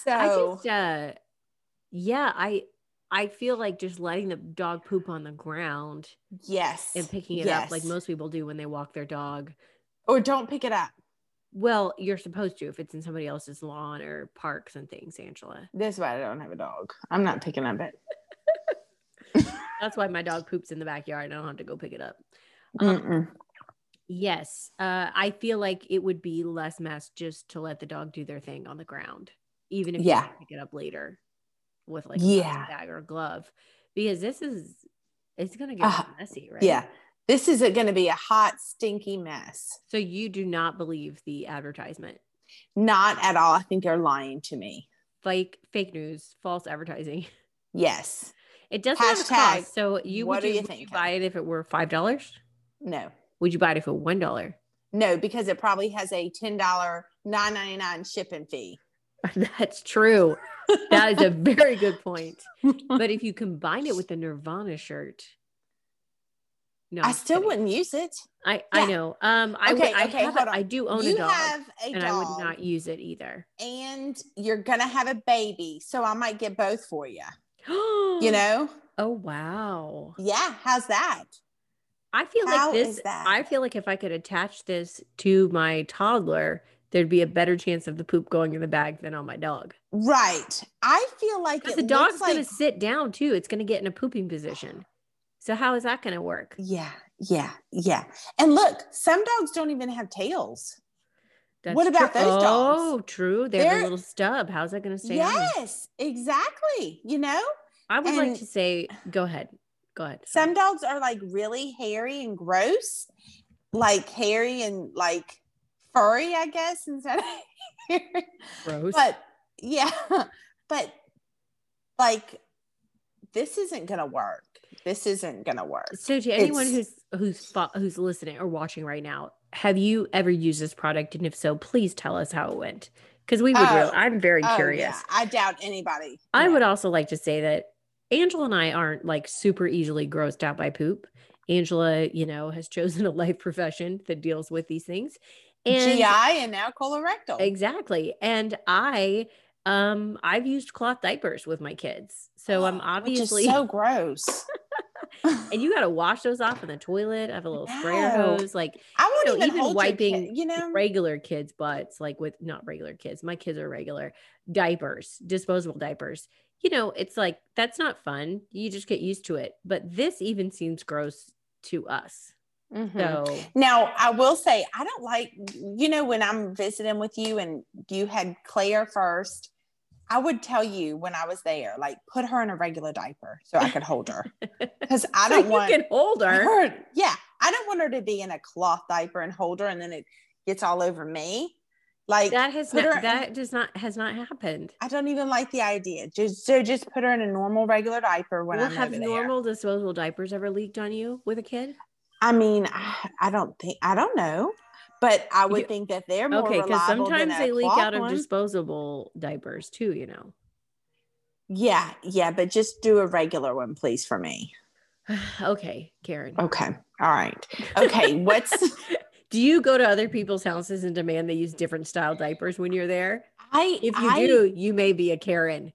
[SPEAKER 2] I
[SPEAKER 1] So
[SPEAKER 2] just, uh, yeah, I, I feel like just letting the dog poop on the ground
[SPEAKER 1] yes,
[SPEAKER 2] and picking it up, like
[SPEAKER 1] Yes.
[SPEAKER 2] most people do when they walk their dog.
[SPEAKER 1] or don't pick it up.
[SPEAKER 2] Well, you're supposed to if it's in somebody else's lawn or parks and things, Angela.
[SPEAKER 1] That's why I don't have a dog. I'm not picking up it.
[SPEAKER 2] That's why my dog poops in the backyard. I don't have to go pick it up.
[SPEAKER 1] Mm-mm.
[SPEAKER 2] Yes, uh, I feel like it would be less mess just to let the dog do their thing on the ground, even if you
[SPEAKER 1] Yeah.
[SPEAKER 2] have to pick it up later with like a
[SPEAKER 1] Yeah.
[SPEAKER 2] plastic bag or a glove, because this is it's gonna get
[SPEAKER 1] Ah,
[SPEAKER 2] messy, right?
[SPEAKER 1] Yeah, this is going to be a hot, stinky mess.
[SPEAKER 2] So you do not believe the advertisement,
[SPEAKER 1] Not at all. I think they're lying to me.
[SPEAKER 2] like fake news, false advertising. [LAUGHS]
[SPEAKER 1] Yes.
[SPEAKER 2] It does have a
[SPEAKER 1] Hashtag,
[SPEAKER 2] cost, so you
[SPEAKER 1] what
[SPEAKER 2] would,
[SPEAKER 1] do
[SPEAKER 2] you,
[SPEAKER 1] you
[SPEAKER 2] would
[SPEAKER 1] think,
[SPEAKER 2] you buy it if it were five dollars?
[SPEAKER 1] No,
[SPEAKER 2] Would you buy it for one dollar? [LAUGHS]
[SPEAKER 1] no, because it probably has a ten dollar nine ninety nine shipping fee.
[SPEAKER 2] That's true.
[SPEAKER 1] [LAUGHS]
[SPEAKER 2] That is [LAUGHS] a very good point. But if you combine it with the Nirvana shirt, no,
[SPEAKER 1] I
[SPEAKER 2] I'm
[SPEAKER 1] still
[SPEAKER 2] kidding.
[SPEAKER 1] wouldn't use it.
[SPEAKER 2] I I
[SPEAKER 1] yeah.
[SPEAKER 2] know. Um, I
[SPEAKER 1] Okay,
[SPEAKER 2] would, I
[SPEAKER 1] okay,
[SPEAKER 2] have
[SPEAKER 1] hold
[SPEAKER 2] a-
[SPEAKER 1] on.
[SPEAKER 2] I do own
[SPEAKER 1] you
[SPEAKER 2] a dog,
[SPEAKER 1] have a
[SPEAKER 2] and
[SPEAKER 1] dog,
[SPEAKER 2] I would not use it either. [GASPS]
[SPEAKER 1] and you're gonna have a baby, so I might get both for you.
[SPEAKER 2] you
[SPEAKER 1] You know?
[SPEAKER 2] Oh wow.
[SPEAKER 1] Yeah. How's that?
[SPEAKER 2] I feel
[SPEAKER 1] How
[SPEAKER 2] like this.
[SPEAKER 1] is that?
[SPEAKER 2] I feel like if I could attach this to my toddler, there'd be a better chance of the poop going in the bag than on my dog.
[SPEAKER 1] Right. I feel like
[SPEAKER 2] Because
[SPEAKER 1] it
[SPEAKER 2] the
[SPEAKER 1] looks
[SPEAKER 2] dog's
[SPEAKER 1] like
[SPEAKER 2] gonna sit down too. It's gonna get in a pooping position. So how is that gonna work?
[SPEAKER 1] Yeah, yeah, yeah. And look, some dogs don't even have tails. What
[SPEAKER 2] true.
[SPEAKER 1] about those dogs?
[SPEAKER 2] Oh, true. They have a
[SPEAKER 1] They're-
[SPEAKER 2] little stub. How's that gonna stay? on?
[SPEAKER 1] Yes, exactly. You know,
[SPEAKER 2] I would like
[SPEAKER 1] and-
[SPEAKER 2] to say. Go ahead. Go ahead. sorry.
[SPEAKER 1] some dogs are like really hairy and gross, like hairy and like furry, I guess, instead of [LAUGHS] hairy.
[SPEAKER 2] gross.
[SPEAKER 1] But yeah, [LAUGHS] but like this isn't going to work. This isn't going to work.
[SPEAKER 2] So to anyone
[SPEAKER 1] It's-
[SPEAKER 2] who's who's fo- who's listening or watching right now, have you ever used this product? And if so, please tell us how it went, because we would.
[SPEAKER 1] Oh.
[SPEAKER 2] really, I'm very
[SPEAKER 1] Oh, yeah,
[SPEAKER 2] curious.
[SPEAKER 1] I doubt anybody.
[SPEAKER 2] I
[SPEAKER 1] no.
[SPEAKER 2] would also like to say that Angela and I aren't like super easily grossed out by poop. Angela, you know, has chosen a life profession that deals with these things, and
[SPEAKER 1] GI and now colorectal.
[SPEAKER 2] exactly. And I, um, I've used cloth diapers with my kids, so I'm obviously.
[SPEAKER 1] [GASPS] Which is so gross.
[SPEAKER 2] [LAUGHS]
[SPEAKER 1] [LAUGHS]
[SPEAKER 2] and you got to wash those off in the toilet. I have a little sprayer
[SPEAKER 1] No.
[SPEAKER 2] hose, like.
[SPEAKER 1] I won't
[SPEAKER 2] know,
[SPEAKER 1] even,
[SPEAKER 2] even
[SPEAKER 1] hold
[SPEAKER 2] wiping
[SPEAKER 1] your kid, you know.
[SPEAKER 2] regular kids' butts, like with not regular kids, my kids are regular diapers, disposable diapers. You know, it's like that's not fun. You just get used to it. But this even seems gross to us.
[SPEAKER 1] Mhm.
[SPEAKER 2] So
[SPEAKER 1] Now, I will say, I don't like, you know, when I'm visiting with you and you had Claire first, I would tell you when I was there, like, put her in a regular diaper so [LAUGHS] I could hold
[SPEAKER 2] [LAUGHS]
[SPEAKER 1] her. Because I
[SPEAKER 2] so
[SPEAKER 1] don't
[SPEAKER 2] you
[SPEAKER 1] want
[SPEAKER 2] can hold her.
[SPEAKER 1] her. Yeah. I don't want her to be in a cloth diaper and hold her and then it gets all over me. Like,
[SPEAKER 2] That has
[SPEAKER 1] put her
[SPEAKER 2] not,
[SPEAKER 1] in-
[SPEAKER 2] that does not has not happened.
[SPEAKER 1] I don't even like the idea. Just so just put her in a normal regular diaper when
[SPEAKER 2] Well,
[SPEAKER 1] I'm
[SPEAKER 2] have
[SPEAKER 1] over there.
[SPEAKER 2] normal disposable diapers ever leaked on you with a kid?
[SPEAKER 1] I mean, [SIGHS] I, I don't think I don't know, but I would
[SPEAKER 2] You-
[SPEAKER 1] think that they're more
[SPEAKER 2] Okay, because
[SPEAKER 1] reliable than
[SPEAKER 2] sometimes
[SPEAKER 1] a
[SPEAKER 2] they leak
[SPEAKER 1] cloth
[SPEAKER 2] out of
[SPEAKER 1] one.
[SPEAKER 2] disposable diapers too. You know.
[SPEAKER 1] Yeah, yeah, but just do a regular one, please, for me.
[SPEAKER 2] [SIGHS] okay, Karen.
[SPEAKER 1] Okay, all right.
[SPEAKER 2] [LAUGHS]
[SPEAKER 1] Okay, what's
[SPEAKER 2] Do you go to other people's houses and demand they use different style diapers when you're there?
[SPEAKER 1] I?
[SPEAKER 2] If you
[SPEAKER 1] I,
[SPEAKER 2] do, you may be a Karen.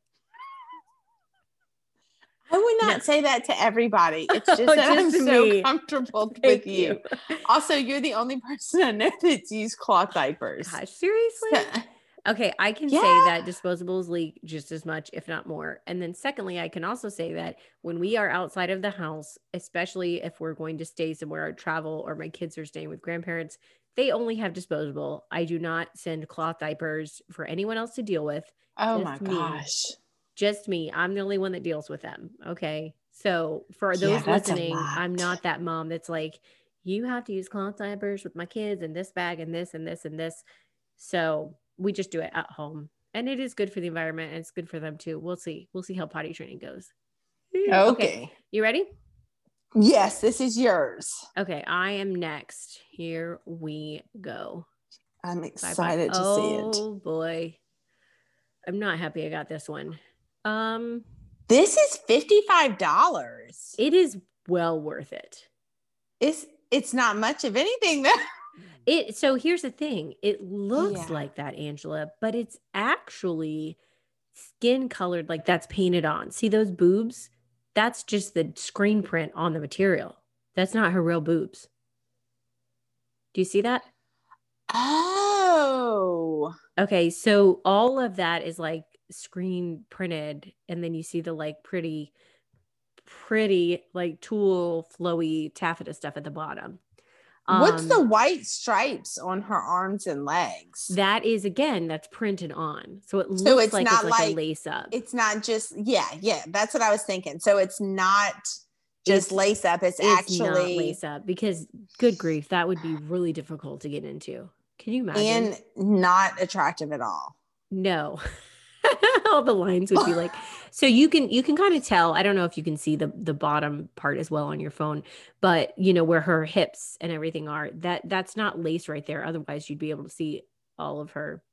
[SPEAKER 1] I would not
[SPEAKER 2] No.
[SPEAKER 1] say that to
[SPEAKER 2] [LAUGHS]
[SPEAKER 1] everybody. It's
[SPEAKER 2] Oh,
[SPEAKER 1] just that
[SPEAKER 2] just
[SPEAKER 1] I'm
[SPEAKER 2] to
[SPEAKER 1] so
[SPEAKER 2] me. [LAUGHS]
[SPEAKER 1] comfortable [LAUGHS]
[SPEAKER 2] Thank
[SPEAKER 1] with you. Also, you're the only [LAUGHS] person I know that's used cloth diapers. [LAUGHS]
[SPEAKER 2] [LAUGHS] Gosh, seriously?
[SPEAKER 1] So-
[SPEAKER 2] Okay, I can
[SPEAKER 1] Yeah.
[SPEAKER 2] say that disposables leak just as much, if not more. And then, secondly, I can also say that when we are outside of the house, especially if we're going to stay somewhere or travel, or my kids are staying with grandparents, they only have disposable. I do not send cloth diapers for anyone else to deal with.
[SPEAKER 1] oh
[SPEAKER 2] Just
[SPEAKER 1] my
[SPEAKER 2] me.
[SPEAKER 1] gosh.
[SPEAKER 2] just me. I'm the only one that deals with them. Okay. So for
[SPEAKER 1] Yeah,
[SPEAKER 2] those
[SPEAKER 1] that's a
[SPEAKER 2] listening, I'm
[SPEAKER 1] lot.
[SPEAKER 2] not that mom that's like, you have to use cloth diapers with my kids and this bag and this and this and this. So we just do it at home. And it is good for the environment and it's good for them too. We'll see. We'll see how potty training goes.
[SPEAKER 1] Okay.
[SPEAKER 2] You ready?
[SPEAKER 1] Yes, this is yours.
[SPEAKER 2] Okay. I am next. Here we go.
[SPEAKER 1] I'm
[SPEAKER 2] Bye-bye.
[SPEAKER 1] excited to
[SPEAKER 2] oh,
[SPEAKER 1] see it.
[SPEAKER 2] boy. I'm not happy I got this one. Um,
[SPEAKER 1] This is $55.
[SPEAKER 2] it is well worth it.
[SPEAKER 1] It's it's not much of anything though.
[SPEAKER 2] It so here's the thing. It looks
[SPEAKER 1] Hmm. Yeah.
[SPEAKER 2] like that, Angela, but it's actually skin colored like that's painted on. See those boobs? That's just the screen print on the material. That's not her real boobs. Do you see that?
[SPEAKER 1] Oh.
[SPEAKER 2] Okay, so all of that is like screen printed and then you see the like pretty pretty like tulle flowy taffeta stuff at the bottom.
[SPEAKER 1] What's
[SPEAKER 2] Um,
[SPEAKER 1] the white stripes on her arms and legs?
[SPEAKER 2] That is again, that's printed on. So it looks
[SPEAKER 1] it's
[SPEAKER 2] like
[SPEAKER 1] not
[SPEAKER 2] it's like, a
[SPEAKER 1] like-
[SPEAKER 2] lace up.
[SPEAKER 1] it's not just yeah, yeah, that's what I was thinking. So it's not just
[SPEAKER 2] It's-
[SPEAKER 1] lace up, it's,
[SPEAKER 2] not
[SPEAKER 1] actually
[SPEAKER 2] lace up because good grief, that would be really difficult to get into. Can you imagine?
[SPEAKER 1] and not attractive at all.
[SPEAKER 2] no. [LAUGHS] all the lines would be like so you can you can kind of tell i don't know if you can see the the bottom part as well on your phone but you know where her hips and everything are that that's not lace right there otherwise you'd be able to see all of her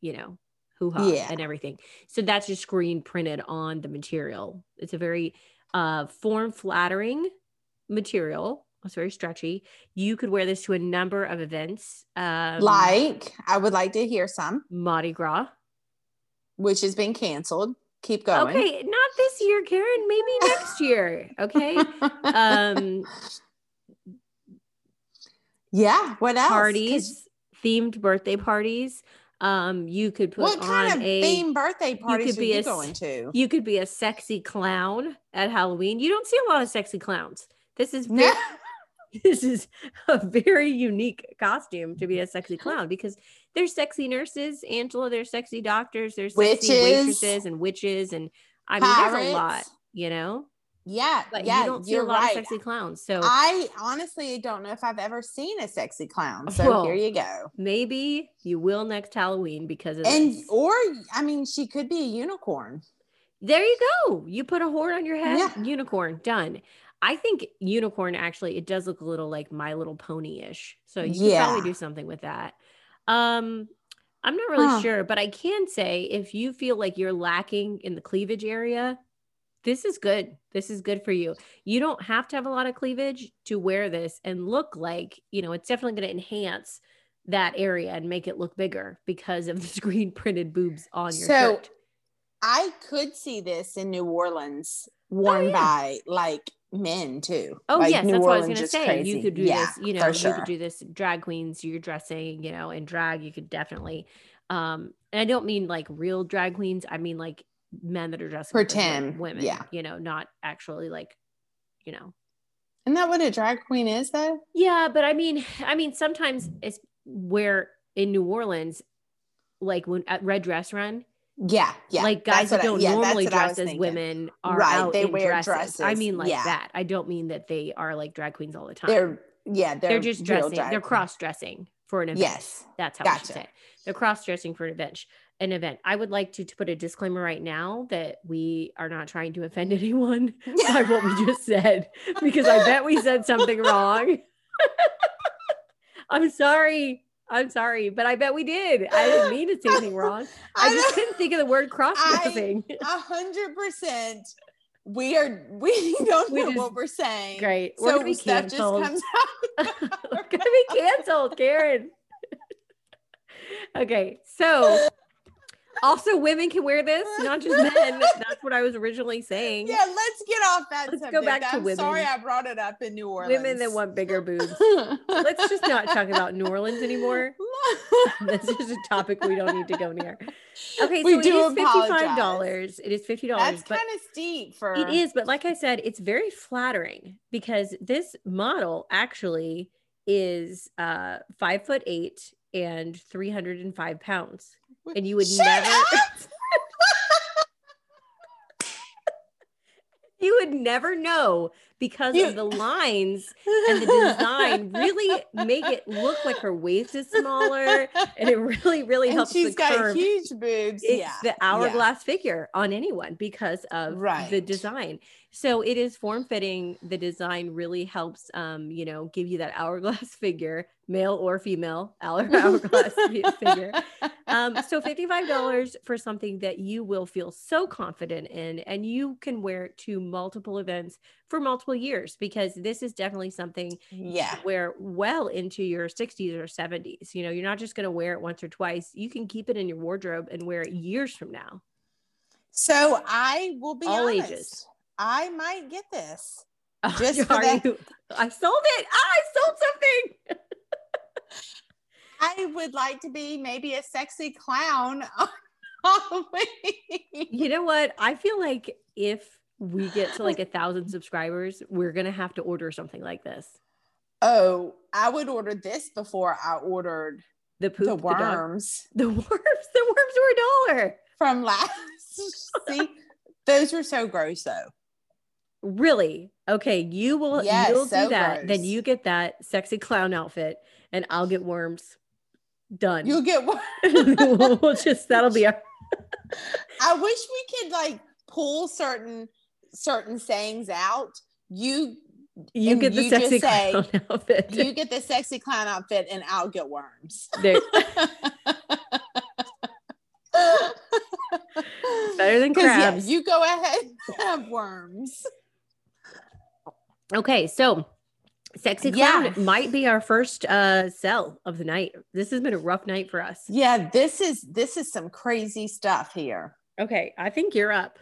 [SPEAKER 2] you know hoo-ha
[SPEAKER 1] Yeah.
[SPEAKER 2] and everything so that's just screen printed on the material it's a very uh form flattering material it's very stretchy you could wear this to a number of events um,
[SPEAKER 1] like I would like to hear some,
[SPEAKER 2] mardi gras
[SPEAKER 1] which has been canceled. Keep going.
[SPEAKER 2] Okay, not this year, Karen.
[SPEAKER 1] [LAUGHS]
[SPEAKER 2] Maybe next year. Okay. Um,
[SPEAKER 1] yeah. What else? 'Cause
[SPEAKER 2] parties, themed birthday parties. Um, you could put
[SPEAKER 1] What
[SPEAKER 2] on
[SPEAKER 1] kind of
[SPEAKER 2] a.
[SPEAKER 1] theme birthday parties
[SPEAKER 2] could
[SPEAKER 1] are
[SPEAKER 2] be
[SPEAKER 1] you
[SPEAKER 2] a s-
[SPEAKER 1] going to?
[SPEAKER 2] You could be a sexy clown at Halloween. You don't see a lot of sexy clowns. This [LAUGHS] is
[SPEAKER 1] No.
[SPEAKER 2] very, this is a very unique costume to be a sexy clown because there's sexy nurses, Angela. There's sexy doctors. There's sexy
[SPEAKER 1] Witches.
[SPEAKER 2] waitresses and witches, and I mean, there's a lot.
[SPEAKER 1] Pirates.
[SPEAKER 2] You know,
[SPEAKER 1] Yeah.
[SPEAKER 2] but
[SPEAKER 1] yeah.
[SPEAKER 2] you don't see
[SPEAKER 1] you're
[SPEAKER 2] a lot
[SPEAKER 1] right.
[SPEAKER 2] of sexy clowns. So
[SPEAKER 1] I honestly don't know if I've ever seen a sexy clown. So
[SPEAKER 2] Well,
[SPEAKER 1] here you go.
[SPEAKER 2] maybe you will next Halloween because of
[SPEAKER 1] And
[SPEAKER 2] this.
[SPEAKER 1] or I mean, she could be a unicorn.
[SPEAKER 2] there you go. You put a horn on your head,
[SPEAKER 1] Yeah.
[SPEAKER 2] unicorn, done. I think unicorn actually it does look a little like My Little Pony ish, so you could
[SPEAKER 1] Yeah.
[SPEAKER 2] probably do something with that. Um, I'm not really
[SPEAKER 1] Huh.
[SPEAKER 2] sure, but I can say if you feel like you're lacking in the cleavage area, this is good. This is good for you. You don't have to have a lot of cleavage to wear this and look like you know. It's definitely going to enhance that area and make it look bigger because of the [LAUGHS] screen printed boobs on your
[SPEAKER 1] So,
[SPEAKER 2] shirt.
[SPEAKER 1] I could see this in New Orleans worn
[SPEAKER 2] Oh, yeah.
[SPEAKER 1] by like men too.
[SPEAKER 2] Oh
[SPEAKER 1] like,
[SPEAKER 2] yes,
[SPEAKER 1] New
[SPEAKER 2] that's what I was
[SPEAKER 1] Orleans
[SPEAKER 2] gonna
[SPEAKER 1] is
[SPEAKER 2] say. You
[SPEAKER 1] crazy.
[SPEAKER 2] could do
[SPEAKER 1] Yeah,
[SPEAKER 2] this, you
[SPEAKER 1] for
[SPEAKER 2] know, you
[SPEAKER 1] sure.
[SPEAKER 2] could do this drag queens, you're dressing, you know, in drag, you could definitely um and I don't mean like real drag queens, I mean like men that are dressing up as wo-
[SPEAKER 1] Pretend,
[SPEAKER 2] women,
[SPEAKER 1] yeah.
[SPEAKER 2] you know, not actually like, you know.
[SPEAKER 1] Isn't that what a drag queen is though?
[SPEAKER 2] Yeah, but I mean [SIGHS] I mean sometimes it's where in New Orleans, like when at Red Dress Run,
[SPEAKER 1] Yeah, yeah.
[SPEAKER 2] like
[SPEAKER 1] that's
[SPEAKER 2] guys that
[SPEAKER 1] what I-
[SPEAKER 2] don't
[SPEAKER 1] yeah, that's
[SPEAKER 2] normally
[SPEAKER 1] what I was
[SPEAKER 2] dress as
[SPEAKER 1] thinking.
[SPEAKER 2] women are
[SPEAKER 1] Right,
[SPEAKER 2] out
[SPEAKER 1] they
[SPEAKER 2] in
[SPEAKER 1] wear
[SPEAKER 2] dresses. I
[SPEAKER 1] dresses,
[SPEAKER 2] mean like
[SPEAKER 1] yeah.
[SPEAKER 2] that. I don't mean that they are like drag queens all the time
[SPEAKER 1] They're yeah, they're,
[SPEAKER 2] they're, just
[SPEAKER 1] real
[SPEAKER 2] dressing.
[SPEAKER 1] drag
[SPEAKER 2] They're
[SPEAKER 1] queens.
[SPEAKER 2] cross dressing for an event. [LAUGHS]
[SPEAKER 1] Yes.
[SPEAKER 2] that's how I should
[SPEAKER 1] gotcha.
[SPEAKER 2] say. it. They're cross dressing for an event. An event. I would like to, to put a disclaimer right now that we are not trying to offend [LAUGHS] anyone
[SPEAKER 1] [LAUGHS]
[SPEAKER 2] by what we just said because I bet we said something wrong. [LAUGHS] I'm sorry. I'm sorry, but I bet we did. I didn't mean to say
[SPEAKER 1] [LAUGHS]
[SPEAKER 2] anything wrong. I just couldn't think of the word cross dressing.
[SPEAKER 1] a hundred percent. We are we [LAUGHS] don't
[SPEAKER 2] We
[SPEAKER 1] know
[SPEAKER 2] just-
[SPEAKER 1] what we're saying.
[SPEAKER 2] [LAUGHS] Great. We're
[SPEAKER 1] So
[SPEAKER 2] gonna be
[SPEAKER 1] stuff just
[SPEAKER 2] canceled. [LAUGHS]
[SPEAKER 1] comes
[SPEAKER 2] We're gonna be canceled, Karen. okay, so also women can wear this, not just men. That's what I was originally saying.
[SPEAKER 1] [LAUGHS] Yeah, let's get off that.
[SPEAKER 2] Let's go
[SPEAKER 1] subject.
[SPEAKER 2] back to
[SPEAKER 1] I'm Sorry,
[SPEAKER 2] women.
[SPEAKER 1] I brought it up in New Orleans.
[SPEAKER 2] women that want bigger boobs.
[SPEAKER 1] [LAUGHS]
[SPEAKER 2] Let's just not talk about [LAUGHS] New Orleans anymore. [LAUGHS] That's just a topic we don't need to go near. Okay,
[SPEAKER 1] We
[SPEAKER 2] so
[SPEAKER 1] do
[SPEAKER 2] it is fifty-five dollars. It is fifty dollars,
[SPEAKER 1] That's
[SPEAKER 2] but
[SPEAKER 1] kind of steep for
[SPEAKER 2] it is. But like I said, it's very flattering because this model actually is uh five foot eight and three hundred and five pounds. and you would
[SPEAKER 1] Shut
[SPEAKER 2] never-
[SPEAKER 1] up!
[SPEAKER 2] [LAUGHS] You would never know because
[SPEAKER 1] You-
[SPEAKER 2] of the lines and the
[SPEAKER 1] [LAUGHS]
[SPEAKER 2] design really make it look like her waist is smaller and it really, really
[SPEAKER 1] And
[SPEAKER 2] helps
[SPEAKER 1] she's
[SPEAKER 2] the
[SPEAKER 1] got
[SPEAKER 2] curve.
[SPEAKER 1] huge boobs.
[SPEAKER 2] It's
[SPEAKER 1] yeah.
[SPEAKER 2] [LAUGHS] the hourglass figure on anyone because of the
[SPEAKER 1] Right.
[SPEAKER 2] design. So it is form fitting. The design really helps, um, you know, give you that hourglass [LAUGHS] figure, male or female, [LAUGHS] hour- hourglass fi-
[SPEAKER 1] [LAUGHS]
[SPEAKER 2] figure. Um, so $55 for something that you will feel so confident in and you can wear it to multiple events for multiple years because this is definitely something
[SPEAKER 1] yeah.
[SPEAKER 2] wear well into your 60s or 70s. You know, you're not just going to wear it once or twice. You can keep it in your wardrobe and wear it years
[SPEAKER 1] [LAUGHS]
[SPEAKER 2] from now.
[SPEAKER 1] So I will be
[SPEAKER 2] All
[SPEAKER 1] honest.
[SPEAKER 2] ages.
[SPEAKER 1] I might get this.
[SPEAKER 2] Oh,
[SPEAKER 1] [LAUGHS] Just for
[SPEAKER 2] are
[SPEAKER 1] that-
[SPEAKER 2] you- I sold it. Ah, I sold something.
[SPEAKER 1] I would like to be maybe a sexy clown [LAUGHS] on Halloween.
[SPEAKER 2] You know what? I feel like if we get to like a thousand subscribers, we're going to have to order something like this.
[SPEAKER 1] Oh, I would order this before I ordered
[SPEAKER 2] The poop,
[SPEAKER 1] the
[SPEAKER 2] dog-
[SPEAKER 1] worms
[SPEAKER 2] [LAUGHS] The, worms, the worms were a dollar.
[SPEAKER 1] from
[SPEAKER 2] [LAUGHS]
[SPEAKER 1] last. See, those were so gross though.
[SPEAKER 2] Really? Okay, you will
[SPEAKER 1] Yes,
[SPEAKER 2] you'll
[SPEAKER 1] so
[SPEAKER 2] do that. Then
[SPEAKER 1] gross.
[SPEAKER 2] you get that sexy clown outfit and I'll get worms. Done. [LAUGHS]
[SPEAKER 1] You'll get one.
[SPEAKER 2] we'll just that'll be our
[SPEAKER 1] I wish we could like pull certain certain sayings out. You
[SPEAKER 2] You
[SPEAKER 1] And
[SPEAKER 2] get the
[SPEAKER 1] you just
[SPEAKER 2] sexy
[SPEAKER 1] say,
[SPEAKER 2] clown [LAUGHS] outfit.
[SPEAKER 1] you get the sexy clown outfit and I'll get worms.
[SPEAKER 2] There- [LAUGHS]
[SPEAKER 1] Better
[SPEAKER 2] than crabs.
[SPEAKER 1] you go ahead and have worms.
[SPEAKER 2] Okay, so sexy clown
[SPEAKER 1] Yeah.
[SPEAKER 2] might be our first uh sell of the night. This has been a rough night for us.
[SPEAKER 1] Yeah, this is this is some crazy stuff here.
[SPEAKER 2] Okay, I think you're up.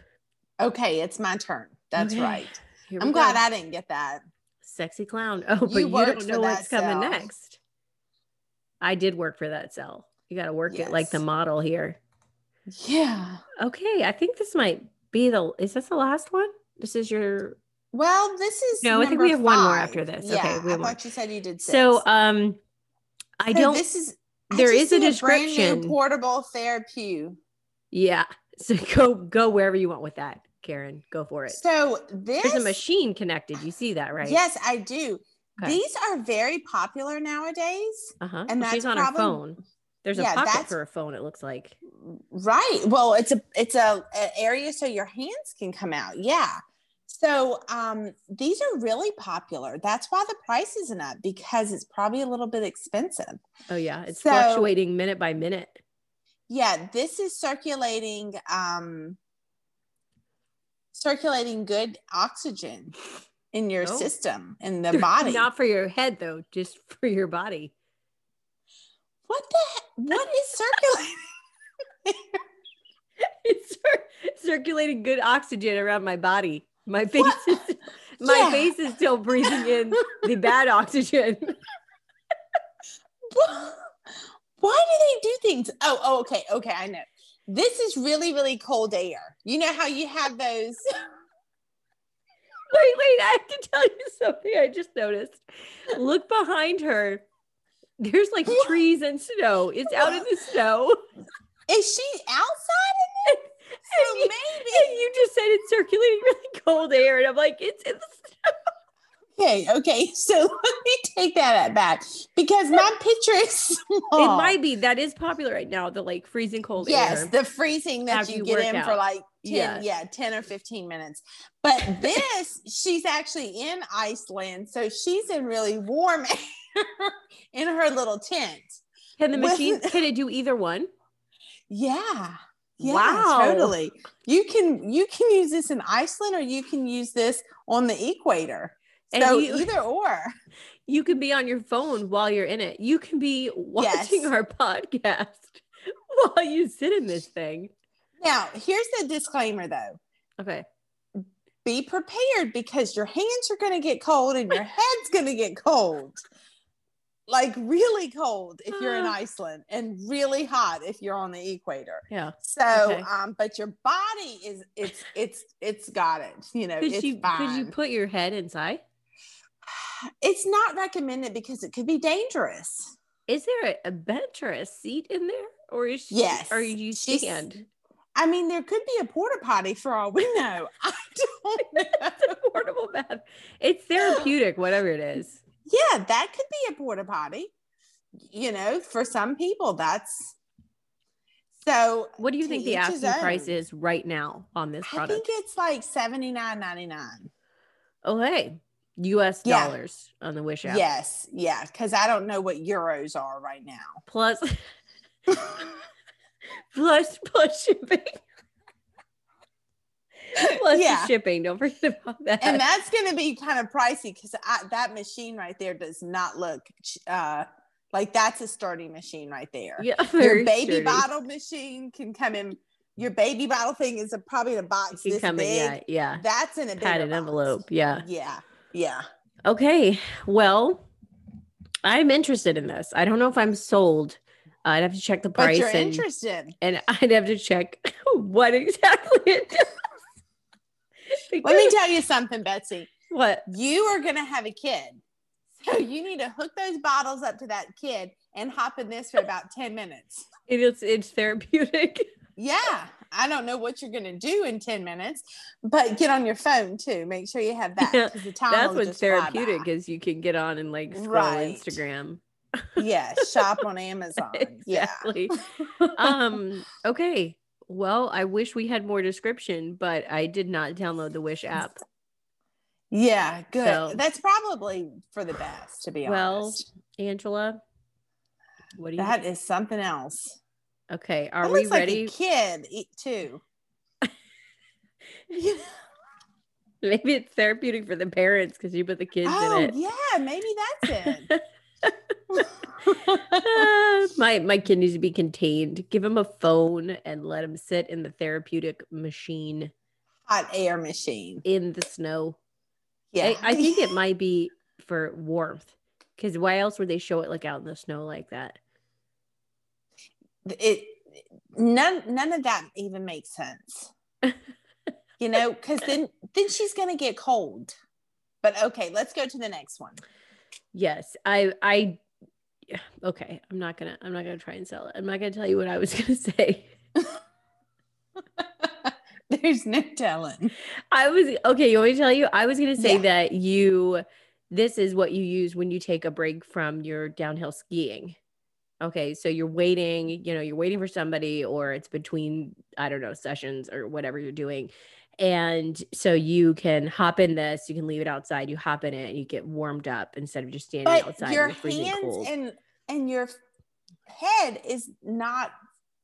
[SPEAKER 1] Okay, it's my turn. That's
[SPEAKER 2] Okay.
[SPEAKER 1] right.
[SPEAKER 2] Here
[SPEAKER 1] I'm
[SPEAKER 2] we
[SPEAKER 1] glad
[SPEAKER 2] go.
[SPEAKER 1] I didn't get that.
[SPEAKER 2] sexy clown. [LAUGHS] Oh, but
[SPEAKER 1] You
[SPEAKER 2] you,
[SPEAKER 1] worked
[SPEAKER 2] don't
[SPEAKER 1] for
[SPEAKER 2] know
[SPEAKER 1] that
[SPEAKER 2] what's coming
[SPEAKER 1] cell.
[SPEAKER 2] next. I did work for that cell. You got to work it like the
[SPEAKER 1] Yes.
[SPEAKER 2] model here.
[SPEAKER 1] Yeah.
[SPEAKER 2] Okay, I think this might be the. Is this the last one? This is your.
[SPEAKER 1] Well, this is
[SPEAKER 2] No, I think
[SPEAKER 1] number
[SPEAKER 2] we have one more
[SPEAKER 1] five.
[SPEAKER 2] after this.
[SPEAKER 1] Yeah,
[SPEAKER 2] Okay, we
[SPEAKER 1] I
[SPEAKER 2] have one.
[SPEAKER 1] thought you said you did six.
[SPEAKER 2] So, um, I
[SPEAKER 1] So
[SPEAKER 2] don't.
[SPEAKER 1] This is I
[SPEAKER 2] there
[SPEAKER 1] just
[SPEAKER 2] is a
[SPEAKER 1] need brand new
[SPEAKER 2] description.
[SPEAKER 1] portable therapy.
[SPEAKER 2] yeah. [LAUGHS] So go go wherever you want with that, Karen. Go for it.
[SPEAKER 1] So this
[SPEAKER 2] There's a machine connected. You see that, right?
[SPEAKER 1] Yes, I do.
[SPEAKER 2] Okay.
[SPEAKER 1] These are very popular nowadays.
[SPEAKER 2] Uh huh.
[SPEAKER 1] and
[SPEAKER 2] she's
[SPEAKER 1] that's
[SPEAKER 2] on her
[SPEAKER 1] probably-
[SPEAKER 2] phone. There's a
[SPEAKER 1] Yeah,
[SPEAKER 2] pocket
[SPEAKER 1] that's-
[SPEAKER 2] for a phone. It looks like.
[SPEAKER 1] Right. Well, it's a it's a, a area so your hands can come out. Yeah. So um, these are really popular. That's why the price isn't up because it's probably a little bit expensive.
[SPEAKER 2] Oh yeah, it's
[SPEAKER 1] So-
[SPEAKER 2] fluctuating minute by minute.
[SPEAKER 1] Yeah, this is circulating um, circulating good oxygen in your
[SPEAKER 2] Oh.
[SPEAKER 1] system in
[SPEAKER 2] [LAUGHS]
[SPEAKER 1] the body.
[SPEAKER 2] Not for your head though, just [LAUGHS] for your body.
[SPEAKER 1] what the he- what is circulating?
[SPEAKER 2] It's cir- circulating good oxygen around my body. My face is [LAUGHS] my
[SPEAKER 1] Yeah.
[SPEAKER 2] face is still breathing in the bad oxygen. [LAUGHS]
[SPEAKER 1] [LAUGHS] Why do they do things? Oh, oh, okay, okay, I know. This is really, really cold air. You know how you have those? [LAUGHS]
[SPEAKER 2] Wait, wait, I have to tell you something I just noticed. Look behind her. There's like
[SPEAKER 1] What?
[SPEAKER 2] trees and snow. It's out in the snow. [LAUGHS]
[SPEAKER 1] Is she outside in it? So
[SPEAKER 2] And you, and
[SPEAKER 1] maybe.
[SPEAKER 2] you just said it's circulating really cold air. And I'm like, it's in the
[SPEAKER 1] Okay, okay. So [LAUGHS] let me take that back because my picture is
[SPEAKER 2] It
[SPEAKER 1] small.
[SPEAKER 2] might be that is popular right now, the like freezing cold
[SPEAKER 1] yes,
[SPEAKER 2] air.
[SPEAKER 1] the freezing that
[SPEAKER 2] After
[SPEAKER 1] you
[SPEAKER 2] you
[SPEAKER 1] get
[SPEAKER 2] work
[SPEAKER 1] in for
[SPEAKER 2] out.
[SPEAKER 1] like 10, yeah.
[SPEAKER 2] Yeah.
[SPEAKER 1] 10 or 15 minutes.
[SPEAKER 2] [LAUGHS]
[SPEAKER 1] But this, she's actually in Iceland. So she's in really warm [LAUGHS] air in her little tent.
[SPEAKER 2] Can the
[SPEAKER 1] with- [LAUGHS]
[SPEAKER 2] machine can it do either one?
[SPEAKER 1] Yeah. Yeah,
[SPEAKER 2] Wow.
[SPEAKER 1] totally. You can you can use this in Iceland or you can use this on the equator.
[SPEAKER 2] And
[SPEAKER 1] So
[SPEAKER 2] you-
[SPEAKER 1] either or.
[SPEAKER 2] You can be on your phone while you're in it. You can be watching
[SPEAKER 1] Yes.
[SPEAKER 2] our podcast [LAUGHS] while you sit in this thing.
[SPEAKER 1] Now, here's the disclaimer though.
[SPEAKER 2] Okay.
[SPEAKER 1] Be prepared because your hands are going to get cold and
[SPEAKER 2] [LAUGHS]
[SPEAKER 1] your head's going to get cold. Like really cold if you're in
[SPEAKER 2] Ah.
[SPEAKER 1] Iceland and really hot if you're on the equator.
[SPEAKER 2] Yeah.
[SPEAKER 1] So,
[SPEAKER 2] Okay.
[SPEAKER 1] um but your body is it's it's it's got it, you know,
[SPEAKER 2] Could
[SPEAKER 1] it's
[SPEAKER 2] you
[SPEAKER 1] fine.
[SPEAKER 2] could you put your head inside?
[SPEAKER 1] it's not recommended because it could be dangerous.
[SPEAKER 2] Is there a, a bench or a seat in there? Or is she
[SPEAKER 1] Yes.
[SPEAKER 2] or you
[SPEAKER 1] She's- [LAUGHS]
[SPEAKER 2] stand? [LAUGHS]
[SPEAKER 1] I mean, there could be a porta potty for all we know. [LAUGHS] I don't know.
[SPEAKER 2] It's a portable bath. It's therapeutic, whatever it is.
[SPEAKER 1] Yeah, that could be a porta potty. You know, for some people, that's so.
[SPEAKER 2] What do you
[SPEAKER 1] To
[SPEAKER 2] think the
[SPEAKER 1] each his
[SPEAKER 2] asking price
[SPEAKER 1] own.
[SPEAKER 2] is right now on this
[SPEAKER 1] I think
[SPEAKER 2] product?
[SPEAKER 1] it's like seventy nine ninety nine.
[SPEAKER 2] Oh, hey, US
[SPEAKER 1] Yeah.
[SPEAKER 2] dollars on the Wish app.
[SPEAKER 1] Yes, yeah, because I don't know what euros are right now.
[SPEAKER 2] Plus,
[SPEAKER 1] [LAUGHS]
[SPEAKER 2] [LAUGHS] plus, plus shipping. [LAUGHS] plus the
[SPEAKER 1] Yeah.
[SPEAKER 2] shipping. Don't forget about that.
[SPEAKER 1] and that's going to be kind of pricey because that machine right there does not look uh, like that's a sturdy machine right there.
[SPEAKER 2] [LAUGHS] yeah,
[SPEAKER 1] your
[SPEAKER 2] very
[SPEAKER 1] baby
[SPEAKER 2] sturdy.
[SPEAKER 1] bottle machine can come in. Your baby bottle thing is a, probably in a box
[SPEAKER 2] It
[SPEAKER 1] this
[SPEAKER 2] can come
[SPEAKER 1] big.
[SPEAKER 2] in. Yeah, yeah.
[SPEAKER 1] That's in a bigger
[SPEAKER 2] Had an
[SPEAKER 1] box.
[SPEAKER 2] envelope. Yeah.
[SPEAKER 1] Yeah, yeah.
[SPEAKER 2] Okay. Well, I'm interested in this. I don't know if I'm sold. I'd have to check the
[SPEAKER 1] But
[SPEAKER 2] price
[SPEAKER 1] you're
[SPEAKER 2] and, [LAUGHS]
[SPEAKER 1] interested.
[SPEAKER 2] and I'd have to check [LAUGHS] what exactly it does. [LAUGHS]
[SPEAKER 1] Let me
[SPEAKER 2] Because-
[SPEAKER 1] tell you something, Betsy.
[SPEAKER 2] what?
[SPEAKER 1] You are going to have a kid, so you need to hook those bottles up to that kid and hop in this for about ten minutes.
[SPEAKER 2] It is it's therapeutic. [LAUGHS]
[SPEAKER 1] Yeah, I don't know what you're going to do in ten minutes, but get on your phone too. Make sure you have that.
[SPEAKER 2] Yeah,
[SPEAKER 1] 'cause the time
[SPEAKER 2] [LAUGHS] That's
[SPEAKER 1] will
[SPEAKER 2] what's
[SPEAKER 1] just fly by.
[SPEAKER 2] therapeutic is you can get on and like scroll
[SPEAKER 1] Right.
[SPEAKER 2] Instagram. [LAUGHS]
[SPEAKER 1] [LAUGHS] Yeah, shop on Amazon. Yeah.
[SPEAKER 2] [LAUGHS] Exactly. um, okay. Well, I wish we had more description, but I did not download the Wish app.
[SPEAKER 1] Yeah, good.
[SPEAKER 2] So-
[SPEAKER 1] That's probably for the best, to be
[SPEAKER 2] Well,
[SPEAKER 1] honest.
[SPEAKER 2] Angela, what do you?
[SPEAKER 1] That is something else.
[SPEAKER 2] okay, are
[SPEAKER 1] that
[SPEAKER 2] we
[SPEAKER 1] looks like
[SPEAKER 2] ready?
[SPEAKER 1] a kid eat
[SPEAKER 2] [LAUGHS]
[SPEAKER 1] too. [LAUGHS] Yeah.
[SPEAKER 2] [LAUGHS] Maybe it's therapeutic for the parents because you put the kids in
[SPEAKER 1] oh
[SPEAKER 2] it.
[SPEAKER 1] yeah, maybe that's
[SPEAKER 2] [LAUGHS]
[SPEAKER 1] it.
[SPEAKER 2] Ah, [LAUGHS] my my kid needs to be contained. Give him a phone and let him sit in the therapeutic machine
[SPEAKER 1] Hot air machine.
[SPEAKER 2] in the snow.
[SPEAKER 1] Yeah,
[SPEAKER 2] I, I think it might be for warmth. Because why else would they show it like out in the snow like that?
[SPEAKER 1] [LAUGHS] it none none of that even makes
[SPEAKER 2] [LAUGHS]
[SPEAKER 1] sense you know because then then she's gonna get cold but okay let's go to the next
[SPEAKER 2] [LAUGHS]
[SPEAKER 1] one [LAUGHS]
[SPEAKER 2] Yes, I I [SIGHS] yeah, okay. I'm not gonna I'm not gonna try and sell it. I'm not gonna tell you what I was [LAUGHS] gonna say.
[SPEAKER 1] there's no telling
[SPEAKER 2] I was okay. You want me to tell you? I was gonna say
[SPEAKER 1] Yeah.
[SPEAKER 2] that you this is what you use when you take a break from your downhill skiing. Okay, so you're waiting, you know, you're waiting for somebody, or it's between, I don't know, sessions or whatever you're doing. And so you can hop in this, you can leave it outside, you hop in it, and you get warmed up instead of just standing
[SPEAKER 1] but
[SPEAKER 2] outside.
[SPEAKER 1] your
[SPEAKER 2] in the freezing
[SPEAKER 1] hands
[SPEAKER 2] cold.
[SPEAKER 1] and and your head is not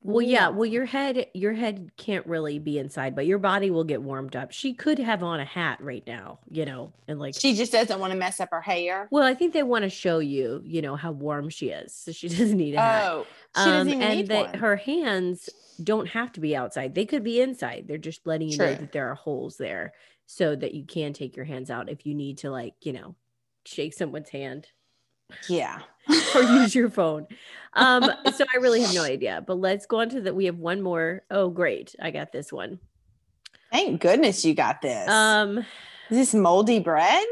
[SPEAKER 2] Well, yeah.
[SPEAKER 1] warm.
[SPEAKER 2] Well, your head, your head can't really be inside, but your body will get warmed up. She could have on a hat right now, you know, and like.
[SPEAKER 1] she just doesn't want to mess up her hair
[SPEAKER 2] well, I think they want to show you, you know, how warm she is, so she [LAUGHS] doesn't need a hat.
[SPEAKER 1] oh she doesn't even
[SPEAKER 2] Um, and
[SPEAKER 1] need
[SPEAKER 2] that
[SPEAKER 1] one.
[SPEAKER 2] her hands don't have to be outside; they could be inside. They're just letting you know
[SPEAKER 1] True.
[SPEAKER 2] that there are holes there, so that you can take your hands out if you need to, like, you know, shake someone's hand [LAUGHS]
[SPEAKER 1] yeah
[SPEAKER 2] or use your phone. Um, so I really
[SPEAKER 1] [LAUGHS]
[SPEAKER 2] have no idea. But let's go on to that. We have one more. Oh, great! I got this one.
[SPEAKER 1] thank goodness you got this
[SPEAKER 2] Um,
[SPEAKER 1] is this moldy bread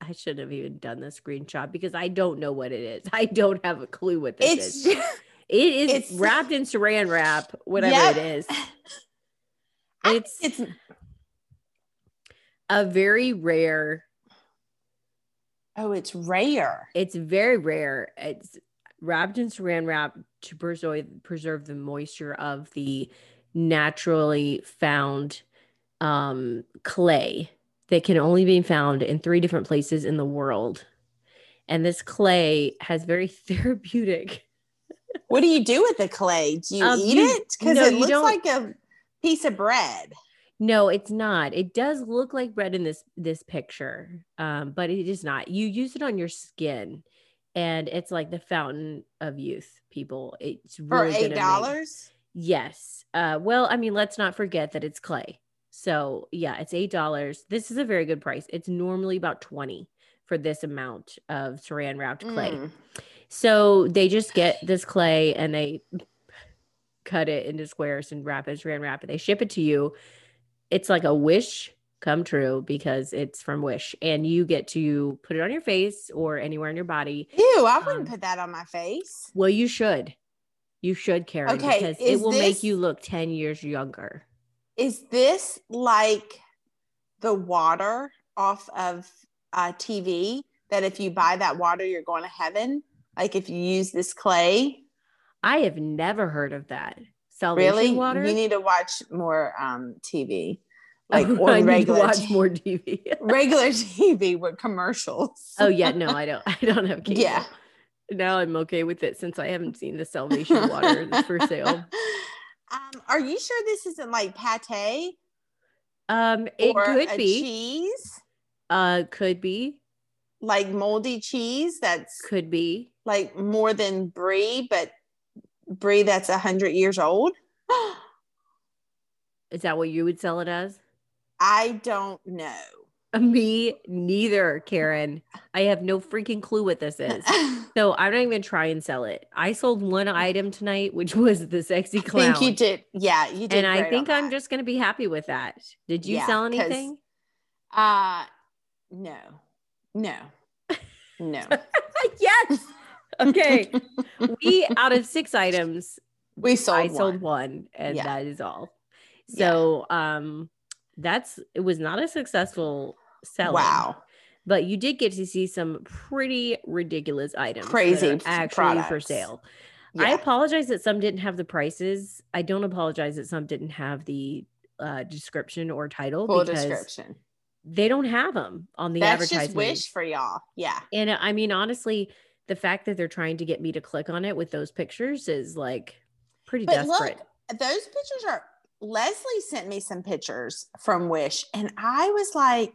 [SPEAKER 2] I shouldn't have even done the screenshot because I don't know what it is. [LAUGHS] I don't have a clue what this
[SPEAKER 1] it's
[SPEAKER 2] is. It is
[SPEAKER 1] it's- [LAUGHS]
[SPEAKER 2] wrapped in saran wrap, whatever
[SPEAKER 1] Yep.
[SPEAKER 2] it
[SPEAKER 1] [LAUGHS]
[SPEAKER 2] is.
[SPEAKER 1] [LAUGHS] I think
[SPEAKER 2] It's
[SPEAKER 1] it's
[SPEAKER 2] a very rare.
[SPEAKER 1] oh it's rare
[SPEAKER 2] It's very rare. It's wrapped in saran wrap to preserve preserve the moisture of the naturally found um, clay that can only be found in three different places in the world. And this clay has very [LAUGHS] therapeutic
[SPEAKER 1] What do you do with the clay? Do you
[SPEAKER 2] Um,
[SPEAKER 1] eat
[SPEAKER 2] you-
[SPEAKER 1] it? Because
[SPEAKER 2] no,
[SPEAKER 1] it
[SPEAKER 2] you
[SPEAKER 1] looks
[SPEAKER 2] don't-
[SPEAKER 1] like a piece of bread.
[SPEAKER 2] No, it's not. It does look like bread in this this picture, um, but it is not. You use it on your skin, and it's like the fountain of youth. People, it's
[SPEAKER 1] For
[SPEAKER 2] really gonna
[SPEAKER 1] eight
[SPEAKER 2] make-
[SPEAKER 1] dollars?
[SPEAKER 2] Yes. Uh, well, I mean, let's not forget that it's clay. So yeah, it's eight dollars. This is a very good price. It's normally about twenty for this amount of saran wrapped
[SPEAKER 1] Mm.
[SPEAKER 2] clay. So they just get this clay and they cut it into squares and wrap it, saran wrap it. They ship it to you. It's like a wish come true because it's from Wish, and you get to put it on your face or anywhere on your body.
[SPEAKER 1] Ew, I wouldn't
[SPEAKER 2] Um,
[SPEAKER 1] put that on my face.
[SPEAKER 2] Well, you should, you should, Karen,
[SPEAKER 1] Okay,
[SPEAKER 2] because it
[SPEAKER 1] is
[SPEAKER 2] will
[SPEAKER 1] this-
[SPEAKER 2] make you look ten years younger.
[SPEAKER 1] Is this like the water off of uh, TV? That if you buy that water, you're going to heaven? Like if you use this clay?
[SPEAKER 2] I have never heard of that salvation
[SPEAKER 1] Really?
[SPEAKER 2] water.
[SPEAKER 1] You need to watch more um,
[SPEAKER 2] [LAUGHS]
[SPEAKER 1] TV, like
[SPEAKER 2] I
[SPEAKER 1] on
[SPEAKER 2] need
[SPEAKER 1] regular,
[SPEAKER 2] to watch
[SPEAKER 1] t-
[SPEAKER 2] more TV.
[SPEAKER 1] regular [LAUGHS] TV with commercials.
[SPEAKER 2] oh yeah,
[SPEAKER 1] [LAUGHS]
[SPEAKER 2] no, I don't. I don't have cable.
[SPEAKER 1] Yeah.
[SPEAKER 2] now I'm okay with it since I haven't seen the Salvation Water
[SPEAKER 1] [LAUGHS]
[SPEAKER 2] that's for sale.
[SPEAKER 1] Um, are you sure this isn't like pate
[SPEAKER 2] Um, it
[SPEAKER 1] or
[SPEAKER 2] could
[SPEAKER 1] a
[SPEAKER 2] be,
[SPEAKER 1] cheese,
[SPEAKER 2] uh, could be,
[SPEAKER 1] like moldy cheese that's
[SPEAKER 2] could be.
[SPEAKER 1] like more than brie, but brie that's a hundred years
[SPEAKER 2] [GASPS]
[SPEAKER 1] old?
[SPEAKER 2] Is that what you would sell it as? Uh,
[SPEAKER 1] I don't know.
[SPEAKER 2] Me neither, Karen. I have no freaking clue what
[SPEAKER 1] [LAUGHS]
[SPEAKER 2] this is.
[SPEAKER 1] I
[SPEAKER 2] So I'm not even gonna try and sell it. I sold one item tonight, which was the sexy clown.
[SPEAKER 1] think you did. Yeah, you did.
[SPEAKER 2] and I
[SPEAKER 1] great
[SPEAKER 2] think
[SPEAKER 1] on
[SPEAKER 2] I'm
[SPEAKER 1] that.
[SPEAKER 2] just gonna be happy with that. Did you
[SPEAKER 1] Yeah,
[SPEAKER 2] sell
[SPEAKER 1] 'cause-
[SPEAKER 2] anything?
[SPEAKER 1] [LAUGHS] Uh, no,
[SPEAKER 2] [LAUGHS]
[SPEAKER 1] no, no.
[SPEAKER 2] yes. Okay. we out of six items
[SPEAKER 1] [LAUGHS] we sold.
[SPEAKER 2] I
[SPEAKER 1] one.
[SPEAKER 2] sold one, and
[SPEAKER 1] Yeah.
[SPEAKER 2] that is all.
[SPEAKER 1] Yeah.
[SPEAKER 2] So um that's it was not a successful selling.
[SPEAKER 1] Wow.
[SPEAKER 2] But you did get to see some pretty ridiculous items. that are
[SPEAKER 1] Crazy
[SPEAKER 2] actually for
[SPEAKER 1] products.
[SPEAKER 2] sale. I
[SPEAKER 1] Yeah.
[SPEAKER 2] apologize that some didn't have the prices. I don't apologize that some didn't have the uh, description or title
[SPEAKER 1] full
[SPEAKER 2] because
[SPEAKER 1] description.
[SPEAKER 2] they don't have them on the
[SPEAKER 1] That's
[SPEAKER 2] advertisement.
[SPEAKER 1] just wish for y'all. Yeah.
[SPEAKER 2] And I mean, honestly, the fact that they're trying to get me to click on it with those pictures is like pretty
[SPEAKER 1] But look,
[SPEAKER 2] desperate.
[SPEAKER 1] Those pictures are Leslie sent me some pictures from Wish and I was like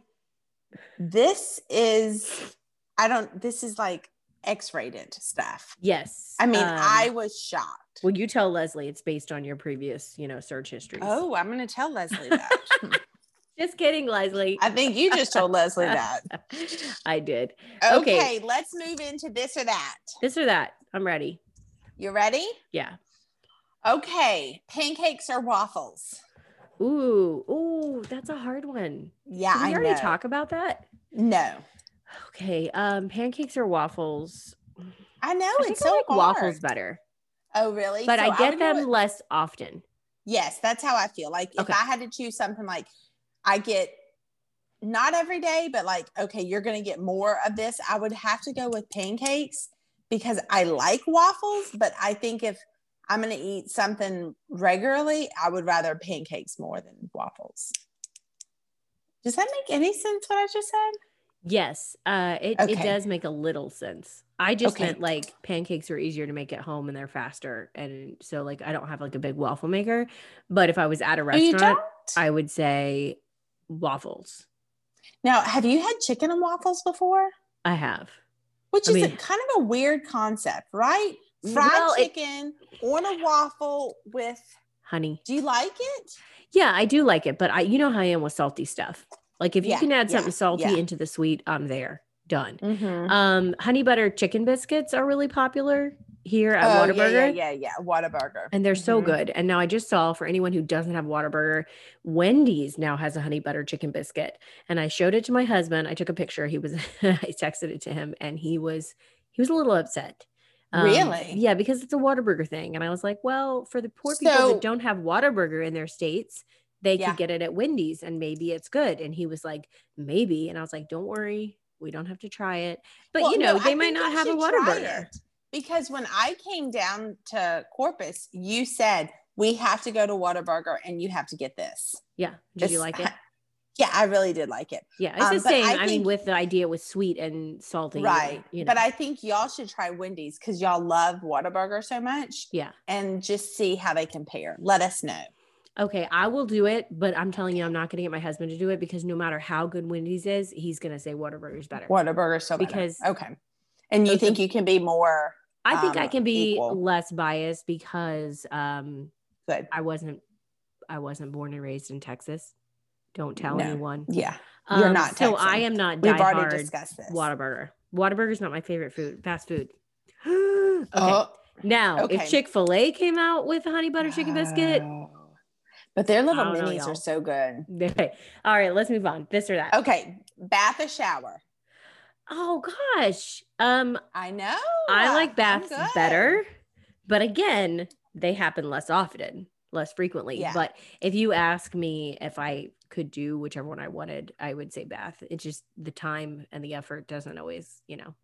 [SPEAKER 1] this is I don't this is like X-rated stuff.
[SPEAKER 2] yes.
[SPEAKER 1] I mean,
[SPEAKER 2] um,
[SPEAKER 1] I was shocked.
[SPEAKER 2] Well, you tell Leslie it's based on your previous, you know, search history.
[SPEAKER 1] Oh, I'm going to tell Leslie that.
[SPEAKER 2] just kidding, Leslie.
[SPEAKER 1] [LAUGHS] I think you just told
[SPEAKER 2] [LAUGHS]
[SPEAKER 1] Leslie that.
[SPEAKER 2] I did.
[SPEAKER 1] Okay,
[SPEAKER 2] Okay.
[SPEAKER 1] let's move into this or that.
[SPEAKER 2] This or that. I'm ready.
[SPEAKER 1] You ready?
[SPEAKER 2] Yeah.
[SPEAKER 1] Okay, pancakes or waffles?
[SPEAKER 2] Ooh, ooh, that's a hard one.
[SPEAKER 1] Yeah,
[SPEAKER 2] Did
[SPEAKER 1] I
[SPEAKER 2] we already
[SPEAKER 1] know.
[SPEAKER 2] talk about that?
[SPEAKER 1] no,
[SPEAKER 2] Okay. Um, pancakes or waffles?
[SPEAKER 1] I know
[SPEAKER 2] I think
[SPEAKER 1] Oh, it's
[SPEAKER 2] I
[SPEAKER 1] so
[SPEAKER 2] like
[SPEAKER 1] hard.
[SPEAKER 2] waffles better,
[SPEAKER 1] Oh, really?
[SPEAKER 2] but
[SPEAKER 1] So
[SPEAKER 2] I
[SPEAKER 1] would
[SPEAKER 2] get
[SPEAKER 1] do
[SPEAKER 2] them
[SPEAKER 1] it-
[SPEAKER 2] less often.
[SPEAKER 1] Yes, that's how I feel. Like
[SPEAKER 2] Okay.
[SPEAKER 1] if I had to choose something, like I get not every day, but like okay, you're going to get more of this. I would have to go with pancakes because I like waffles, but I think if I'm going to eat something regularly, I would rather pancakes more than waffles. Does that make any sense? What I just said?
[SPEAKER 2] Yes, uh, it,
[SPEAKER 1] Okay.
[SPEAKER 2] it does make a little sense. I just
[SPEAKER 1] Okay.
[SPEAKER 2] meant like pancakes are easier to make at home and they're faster, and so like I don't have like a big waffle maker. But if I was at a
[SPEAKER 1] Oh, you
[SPEAKER 2] restaurant,
[SPEAKER 1] don't?
[SPEAKER 2] I would say waffles.
[SPEAKER 1] Now, have you had chicken and waffles before?
[SPEAKER 2] I have.
[SPEAKER 1] Which
[SPEAKER 2] I
[SPEAKER 1] is a,
[SPEAKER 2] mean-
[SPEAKER 1] kind of a weird concept, right? Fried
[SPEAKER 2] Well, it-
[SPEAKER 1] chicken on a waffle with.
[SPEAKER 2] honey.
[SPEAKER 1] Do you like it?
[SPEAKER 2] Yeah, I do like it, but I you know how I am with salty stuff. Like if you
[SPEAKER 1] Yeah,
[SPEAKER 2] can add
[SPEAKER 1] yeah,
[SPEAKER 2] something salty
[SPEAKER 1] yeah.
[SPEAKER 2] into the sweet, I'm there. Done.
[SPEAKER 1] Mm-hmm.
[SPEAKER 2] Um, honey butter chicken biscuits are really popular here at
[SPEAKER 1] oh,
[SPEAKER 2] Whataburger.
[SPEAKER 1] Yeah, yeah, yeah, yeah. Whataburger.
[SPEAKER 2] And they're so
[SPEAKER 1] Mhm.
[SPEAKER 2] good. And now I just saw for anyone who doesn't have Whataburger, Wendy's now has a honey butter chicken biscuit. And I showed it to my husband. I took a picture. He was, [LAUGHS] I texted it to him and he was, he was a little upset. Um,
[SPEAKER 1] Really?
[SPEAKER 2] Yeah, because it's a Whataburger thing. And I was like, well, for the poor people
[SPEAKER 1] So-
[SPEAKER 2] that don't have Whataburger in their states, they
[SPEAKER 1] Yeah.
[SPEAKER 2] could get it at Wendy's and maybe it's good. And he was like, maybe. And I was like, don't worry. We don't have to try it. But
[SPEAKER 1] Well,
[SPEAKER 2] you know,
[SPEAKER 1] no, I
[SPEAKER 2] they might
[SPEAKER 1] think
[SPEAKER 2] not
[SPEAKER 1] you
[SPEAKER 2] have a
[SPEAKER 1] should try
[SPEAKER 2] Whataburger.
[SPEAKER 1] it, Because when I came down to Corpus, you said we have to go to Whataburger and you have to get this.
[SPEAKER 2] Yeah. Did you
[SPEAKER 1] This-
[SPEAKER 2] like it?
[SPEAKER 1] Yeah, I really did like it.
[SPEAKER 2] Yeah, it's
[SPEAKER 1] Um,
[SPEAKER 2] the
[SPEAKER 1] but
[SPEAKER 2] same.
[SPEAKER 1] I
[SPEAKER 2] I, mean,
[SPEAKER 1] think-
[SPEAKER 2] with the idea with sweet and salty, and,
[SPEAKER 1] right.
[SPEAKER 2] You know,
[SPEAKER 1] But I think y'all should try Wendy's because y'all love Whataburger so much
[SPEAKER 2] yeah,
[SPEAKER 1] and just see how they compare. Let us know.
[SPEAKER 2] okay, I will do it. But I'm telling you, I'm not going to get my husband to do it because no matter how good Wendy's is, he's going to say Whataburger's better.
[SPEAKER 1] Whataburger so better.
[SPEAKER 2] Because-
[SPEAKER 1] okay. And you
[SPEAKER 2] Those are-
[SPEAKER 1] think you can be more
[SPEAKER 2] I think I
[SPEAKER 1] um,
[SPEAKER 2] can be
[SPEAKER 1] equal.
[SPEAKER 2] less biased because um,
[SPEAKER 1] good?
[SPEAKER 2] I wasn't, I wasn't born and raised in Texas. Don't tell
[SPEAKER 1] No,
[SPEAKER 2] anyone.
[SPEAKER 1] Yeah. you're
[SPEAKER 2] Um,
[SPEAKER 1] not
[SPEAKER 2] So I
[SPEAKER 1] Texan.
[SPEAKER 2] am not
[SPEAKER 1] We've
[SPEAKER 2] diehard
[SPEAKER 1] already discussed this.
[SPEAKER 2] Whataburger. Whataburger's not my favorite food. Fast food. [GASPS] okay.
[SPEAKER 1] Oh,
[SPEAKER 2] Now,
[SPEAKER 1] Okay.
[SPEAKER 2] if Chick Fil A came out with a honey butter chicken biscuit,
[SPEAKER 1] Oh. But their little
[SPEAKER 2] I don't know,
[SPEAKER 1] minis
[SPEAKER 2] y'all.
[SPEAKER 1] are so good.
[SPEAKER 2] [LAUGHS] Okay. All right, let's move on. This or that.
[SPEAKER 1] Okay, bath or shower?
[SPEAKER 2] Oh gosh. Um
[SPEAKER 1] I know.
[SPEAKER 2] I like
[SPEAKER 1] I'm
[SPEAKER 2] baths
[SPEAKER 1] good.
[SPEAKER 2] better, but again, they happen less often, less frequently.
[SPEAKER 1] Yeah.
[SPEAKER 2] But if you ask me if I could do whichever one I wanted, I would say bath. It's just the time and the effort doesn't always, you know.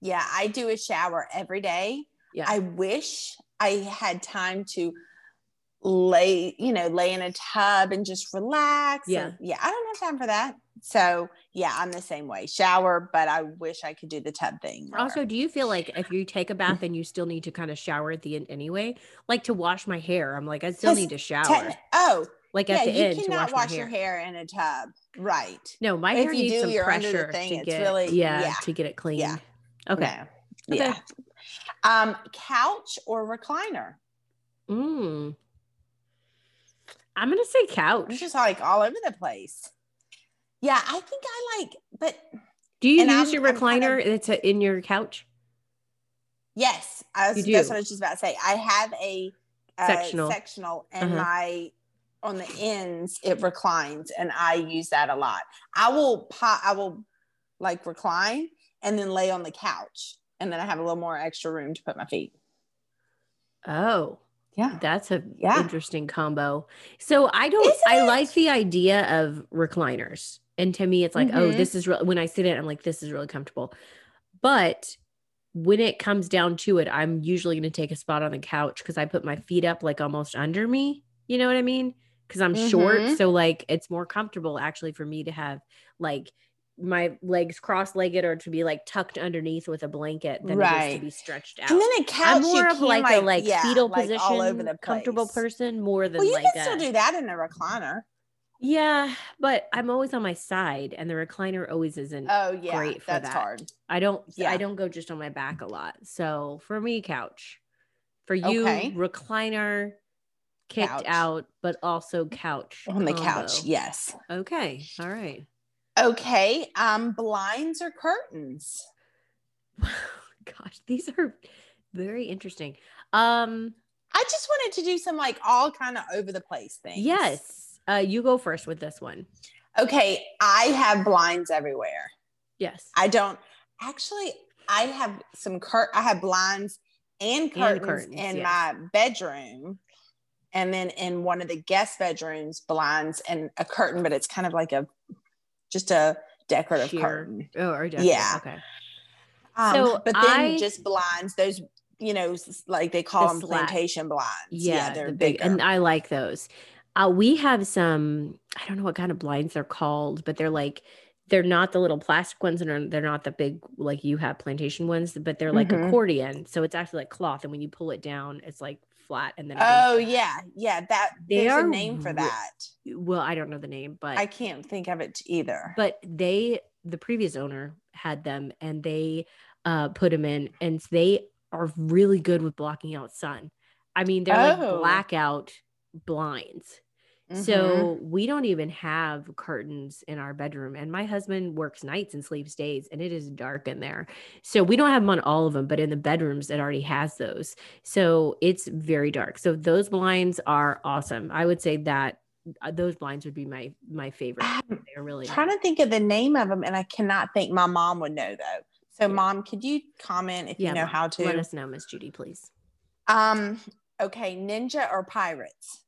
[SPEAKER 1] Yeah, I do a shower every day.
[SPEAKER 2] Yeah.
[SPEAKER 1] I wish I had time to lay, you know, lay in a tub and just relax.
[SPEAKER 2] Yeah.
[SPEAKER 1] and- yeah, I don't have time for that. So, yeah, I'm the same way. Shower, but I wish I could do the tub thing. more.
[SPEAKER 2] Also, do you feel like if
[SPEAKER 1] [LAUGHS]
[SPEAKER 2] you take a bath and you still need to kind of shower at the end anyway? Like to wash my hair, I'm like I still
[SPEAKER 1] Yes,
[SPEAKER 2] need to shower.
[SPEAKER 1] Techni- oh,
[SPEAKER 2] like
[SPEAKER 1] yeah,
[SPEAKER 2] at the
[SPEAKER 1] you
[SPEAKER 2] end to
[SPEAKER 1] cannot
[SPEAKER 2] wash,
[SPEAKER 1] wash
[SPEAKER 2] my hair.
[SPEAKER 1] your hair in a tub. Right.
[SPEAKER 2] No, my
[SPEAKER 1] If
[SPEAKER 2] hair
[SPEAKER 1] you
[SPEAKER 2] needs
[SPEAKER 1] do,
[SPEAKER 2] some
[SPEAKER 1] you're under the
[SPEAKER 2] pressure
[SPEAKER 1] thing.
[SPEAKER 2] to
[SPEAKER 1] It's
[SPEAKER 2] get
[SPEAKER 1] really-
[SPEAKER 2] yeah,
[SPEAKER 1] yeah.
[SPEAKER 2] to get it clean.
[SPEAKER 1] Yeah.
[SPEAKER 2] Okay.
[SPEAKER 1] No.
[SPEAKER 2] Okay.
[SPEAKER 1] Yeah. Um, couch or recliner?
[SPEAKER 2] Mm. I'm gonna say
[SPEAKER 1] I'm
[SPEAKER 2] couch.
[SPEAKER 1] just like all over the place. Yeah, I think I like, but
[SPEAKER 2] Do you
[SPEAKER 1] and
[SPEAKER 2] use
[SPEAKER 1] I'm-
[SPEAKER 2] your
[SPEAKER 1] I'm kind of-
[SPEAKER 2] recliner? It's a, in your couch
[SPEAKER 1] yes, I was,
[SPEAKER 2] You
[SPEAKER 1] that's
[SPEAKER 2] do.
[SPEAKER 1] what I was just about to say. I have a uh,
[SPEAKER 2] Sectional.
[SPEAKER 1] sectional, and
[SPEAKER 2] Uh-huh.
[SPEAKER 1] my on the ends it reclines, and I use that a lot. I will pop, I will like recline and then lay on the couch, and then I have a little more extra room to put my feet.
[SPEAKER 2] Oh,
[SPEAKER 1] Yeah,
[SPEAKER 2] that's a
[SPEAKER 1] Yeah.
[SPEAKER 2] interesting combo. So I don't.
[SPEAKER 1] Isn't
[SPEAKER 2] I
[SPEAKER 1] it?
[SPEAKER 2] like the idea of recliners, and to me, it's like, oh,
[SPEAKER 1] Mhm.
[SPEAKER 2] this is real. When I sit in, it, I'm like, this is really comfortable. But when it comes down to it, I'm usually going to take a spot on the couch because I put my feet up like almost under me. You know what I mean? Because I'm
[SPEAKER 1] Mhm.
[SPEAKER 2] short. So, like, it's more comfortable actually for me to have like my legs cross legged or to be like tucked underneath with a blanket than it is
[SPEAKER 1] Right.
[SPEAKER 2] to be stretched out.
[SPEAKER 1] And then a couch,
[SPEAKER 2] I'm more
[SPEAKER 1] you
[SPEAKER 2] of
[SPEAKER 1] can,
[SPEAKER 2] like, a like
[SPEAKER 1] yeah,
[SPEAKER 2] fetal
[SPEAKER 1] like,
[SPEAKER 2] position,
[SPEAKER 1] all over the place.
[SPEAKER 2] comfortable person more than
[SPEAKER 1] Well, you
[SPEAKER 2] like
[SPEAKER 1] can
[SPEAKER 2] a,
[SPEAKER 1] still do that in a recliner.
[SPEAKER 2] yeah. But I'm always on my side, and the recliner always isn't.
[SPEAKER 1] Oh yeah,
[SPEAKER 2] Great for
[SPEAKER 1] that's
[SPEAKER 2] that.
[SPEAKER 1] hard.
[SPEAKER 2] I don't.
[SPEAKER 1] yeah.
[SPEAKER 2] I don't go just on my back a lot. So for me, couch. For you,
[SPEAKER 1] Okay.
[SPEAKER 2] recliner, kicked
[SPEAKER 1] Couch.
[SPEAKER 2] out, but also couch
[SPEAKER 1] On the couch,
[SPEAKER 2] combo.
[SPEAKER 1] yes.
[SPEAKER 2] Okay. All right. [LAUGHS]
[SPEAKER 1] Okay. Um, blinds or curtains?
[SPEAKER 2] Gosh, these are very interesting. Um.
[SPEAKER 1] I just wanted to do some like all kind of over the place things.
[SPEAKER 2] Yes. Uh, you go first with this one.
[SPEAKER 1] Okay. I have blinds everywhere.
[SPEAKER 2] Yes.
[SPEAKER 1] I don't actually. I have some cur. I have blinds and curtains,
[SPEAKER 2] curtains,
[SPEAKER 1] in
[SPEAKER 2] yes.
[SPEAKER 1] my bedroom, and then in one of the guest bedrooms, blinds and a curtain, but it's kind of like a just a decorative
[SPEAKER 2] Sheer.
[SPEAKER 1] curtain.
[SPEAKER 2] Oh, or
[SPEAKER 1] Yeah.
[SPEAKER 2] Okay.
[SPEAKER 1] Um,
[SPEAKER 2] So
[SPEAKER 1] but then
[SPEAKER 2] I-
[SPEAKER 1] just blinds, those, you know, s- like they call them
[SPEAKER 2] The slat.
[SPEAKER 1] plantation blinds.
[SPEAKER 2] Yeah,
[SPEAKER 1] Yeah, they're
[SPEAKER 2] the big,
[SPEAKER 1] bigger.
[SPEAKER 2] and I like those. Uh, we have some. I don't know what kind of blinds they're called, but they're like they're not the little plastic ones, and are- they're not the big like you have plantation ones, but they're like
[SPEAKER 1] Mhm.
[SPEAKER 2] accordion. So it's actually like cloth, and when you pull it down, it's like flat. And then it goes-
[SPEAKER 1] oh, yeah. Yeah. That
[SPEAKER 2] They
[SPEAKER 1] there's
[SPEAKER 2] are
[SPEAKER 1] a name for
[SPEAKER 2] re-
[SPEAKER 1] that.
[SPEAKER 2] well, I don't know the name, but
[SPEAKER 1] I can't think of it either.
[SPEAKER 2] but they the previous owner had them and they uh put them in and they are really good with blocking out sun i mean they're like
[SPEAKER 1] Oh.
[SPEAKER 2] blackout blinds
[SPEAKER 1] Mhm.
[SPEAKER 2] so we don't even have curtains in our bedroom and my husband works nights and sleeps days and it is dark in there so we don't have them on all of them but in the bedrooms it already has those so it's very dark so those blinds are awesome i would say that uh, those blinds would be my my favorite
[SPEAKER 1] I'm
[SPEAKER 2] they're really nice.
[SPEAKER 1] trying to think of the name of them, and I cannot think. My mom would know though. So,
[SPEAKER 2] Yeah.
[SPEAKER 1] mom, could you comment if
[SPEAKER 2] Yeah,
[SPEAKER 1] you know
[SPEAKER 2] Mom.
[SPEAKER 1] how
[SPEAKER 2] Let
[SPEAKER 1] to?
[SPEAKER 2] us know, Miss Judy, please.
[SPEAKER 1] Um, okay, ninja or pirates?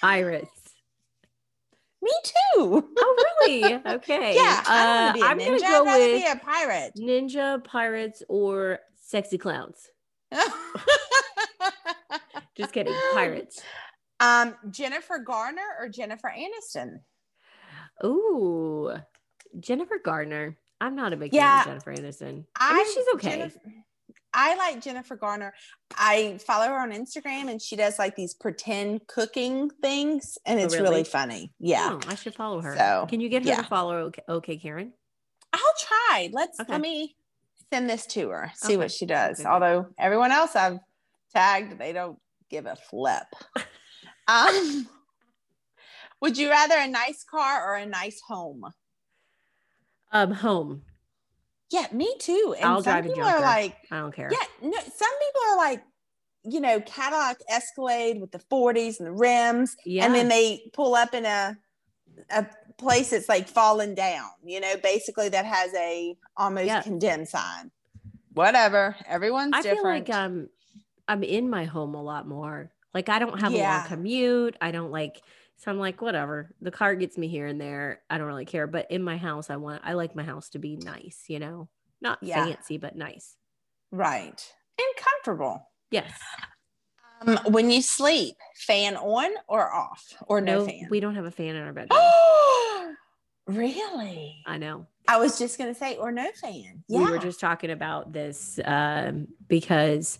[SPEAKER 2] Pirates.
[SPEAKER 1] Me too.
[SPEAKER 2] Oh, really? Okay.
[SPEAKER 1] [LAUGHS] Yeah, I don't
[SPEAKER 2] Uh,
[SPEAKER 1] want
[SPEAKER 2] I'm
[SPEAKER 1] to be a ninja.
[SPEAKER 2] gonna
[SPEAKER 1] I'd
[SPEAKER 2] go
[SPEAKER 1] rather
[SPEAKER 2] with
[SPEAKER 1] be a pirate.
[SPEAKER 2] ninja, pirates, or sexy clowns.
[SPEAKER 1] [LAUGHS]
[SPEAKER 2] [LAUGHS] Just
[SPEAKER 1] [GASPS]
[SPEAKER 2] kidding, pirates.
[SPEAKER 1] Um, Jennifer Garner or Jennifer Aniston?
[SPEAKER 2] Ooh, Jennifer Gardner. I'm not a big
[SPEAKER 1] Yeah.
[SPEAKER 2] fan of Jennifer Aniston. I, mean, she's okay.
[SPEAKER 1] Jennifer- I like Jennifer Garner. I follow her on Instagram, and she does like these pretend cooking things, and
[SPEAKER 2] Oh,
[SPEAKER 1] it's
[SPEAKER 2] really?
[SPEAKER 1] really funny. Yeah,
[SPEAKER 2] Oh, I should follow her.
[SPEAKER 1] So,
[SPEAKER 2] Can you get her
[SPEAKER 1] yeah.
[SPEAKER 2] to follow? Okay, okay Karen.
[SPEAKER 1] I'll try. Let's
[SPEAKER 2] Okay.
[SPEAKER 1] let me send this to her. See what
[SPEAKER 2] Okay.
[SPEAKER 1] she does.
[SPEAKER 2] Okay, good.
[SPEAKER 1] Although everyone else I've tagged, they don't give a
[SPEAKER 2] [LAUGHS]
[SPEAKER 1] flip. um, would you rather a nice car or a nice home?
[SPEAKER 2] Um, home.
[SPEAKER 1] Yeah, me too. And
[SPEAKER 2] I'll
[SPEAKER 1] some
[SPEAKER 2] drive a
[SPEAKER 1] people are
[SPEAKER 2] junker.
[SPEAKER 1] like,
[SPEAKER 2] I don't care.
[SPEAKER 1] yeah, no, some people are like, you know, Cadillac Escalade with the 40s and the rims,
[SPEAKER 2] Yeah.
[SPEAKER 1] and then they pull up in a a place that's like fallen down, you know, basically that has a almost
[SPEAKER 2] Yeah.
[SPEAKER 1] condemned sign. Whatever. Everyone's
[SPEAKER 2] I feel
[SPEAKER 1] different.
[SPEAKER 2] like um I'm in my home a lot more. Like I don't have a long
[SPEAKER 1] Yeah.
[SPEAKER 2] commute. I don't like so I'm like whatever. The car gets me here and there. I don't really care. But in my house I want I like my house to be nice, you know. Not
[SPEAKER 1] Yeah.
[SPEAKER 2] fancy but nice.
[SPEAKER 1] right. And comfortable.
[SPEAKER 2] Yes.
[SPEAKER 1] Um, when you sleep, fan on or off or no, fan? [GASPS]
[SPEAKER 2] we don't have a fan in our bedroom.
[SPEAKER 1] Oh, really?
[SPEAKER 2] I know.
[SPEAKER 1] I was just going to say or no fan. Yeah.
[SPEAKER 2] We were just talking about this um because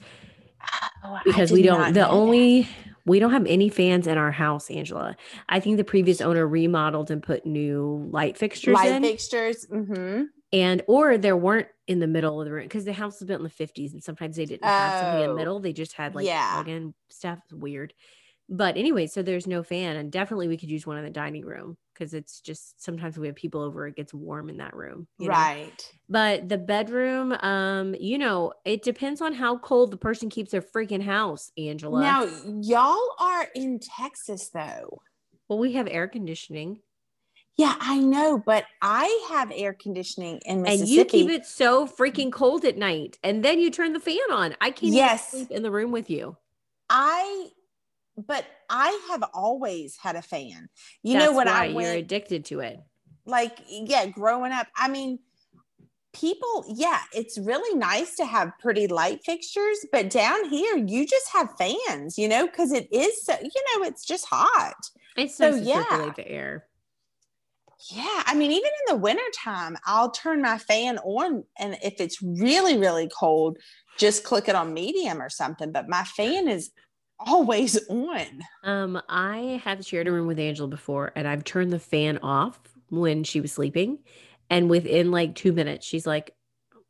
[SPEAKER 1] Oh, I
[SPEAKER 2] because
[SPEAKER 1] did
[SPEAKER 2] we don't
[SPEAKER 1] not
[SPEAKER 2] the
[SPEAKER 1] know that.
[SPEAKER 2] only we don't have any fans in our house, Angela. I think the previous owner remodeled and put new light fixtures
[SPEAKER 1] light
[SPEAKER 2] in.
[SPEAKER 1] fixtures. Mm-hmm.
[SPEAKER 2] and or there weren't in the middle of the room because the house was built in the 50s and sometimes they didn't have something in the
[SPEAKER 1] Oh,
[SPEAKER 2] middle they just had like
[SPEAKER 1] yeah.
[SPEAKER 2] plug in stuff It's weird but anyway so there's no fan and definitely we could use one in the dining room because it's just sometimes we have people over it gets warm in that room you know?
[SPEAKER 1] Right.
[SPEAKER 2] but the bedroom um you know it depends on how cold the person keeps their freaking house angela
[SPEAKER 1] Now y'all are in Texas though.
[SPEAKER 2] well we have air conditioning
[SPEAKER 1] Yeah, I know, but I have air conditioning in
[SPEAKER 2] and
[SPEAKER 1] Mississippi.
[SPEAKER 2] you keep it so freaking cold at night and then you turn the fan on i can't
[SPEAKER 1] Yes.
[SPEAKER 2] even sleep in the room with you
[SPEAKER 1] I but I have always had a fan. You know
[SPEAKER 2] That's
[SPEAKER 1] when
[SPEAKER 2] why
[SPEAKER 1] I
[SPEAKER 2] you're
[SPEAKER 1] went
[SPEAKER 2] addicted to it.
[SPEAKER 1] like yeah, growing up. I mean, people, yeah, it's really nice to have pretty light fixtures, but down here you just have fans, you know, because it is so, you know, it's just hot.
[SPEAKER 2] It's
[SPEAKER 1] So,
[SPEAKER 2] nice to
[SPEAKER 1] yeah.
[SPEAKER 2] circulate the air.
[SPEAKER 1] Yeah, I mean, even in the wintertime, I'll turn my fan on, and if it's really, really cold, just click it on medium or something. But my fan is always
[SPEAKER 2] [LAUGHS]
[SPEAKER 1] on.
[SPEAKER 2] Um, I have shared a room with Angela before, and I've turned the fan off when she was sleeping, and within like two minutes, she's like,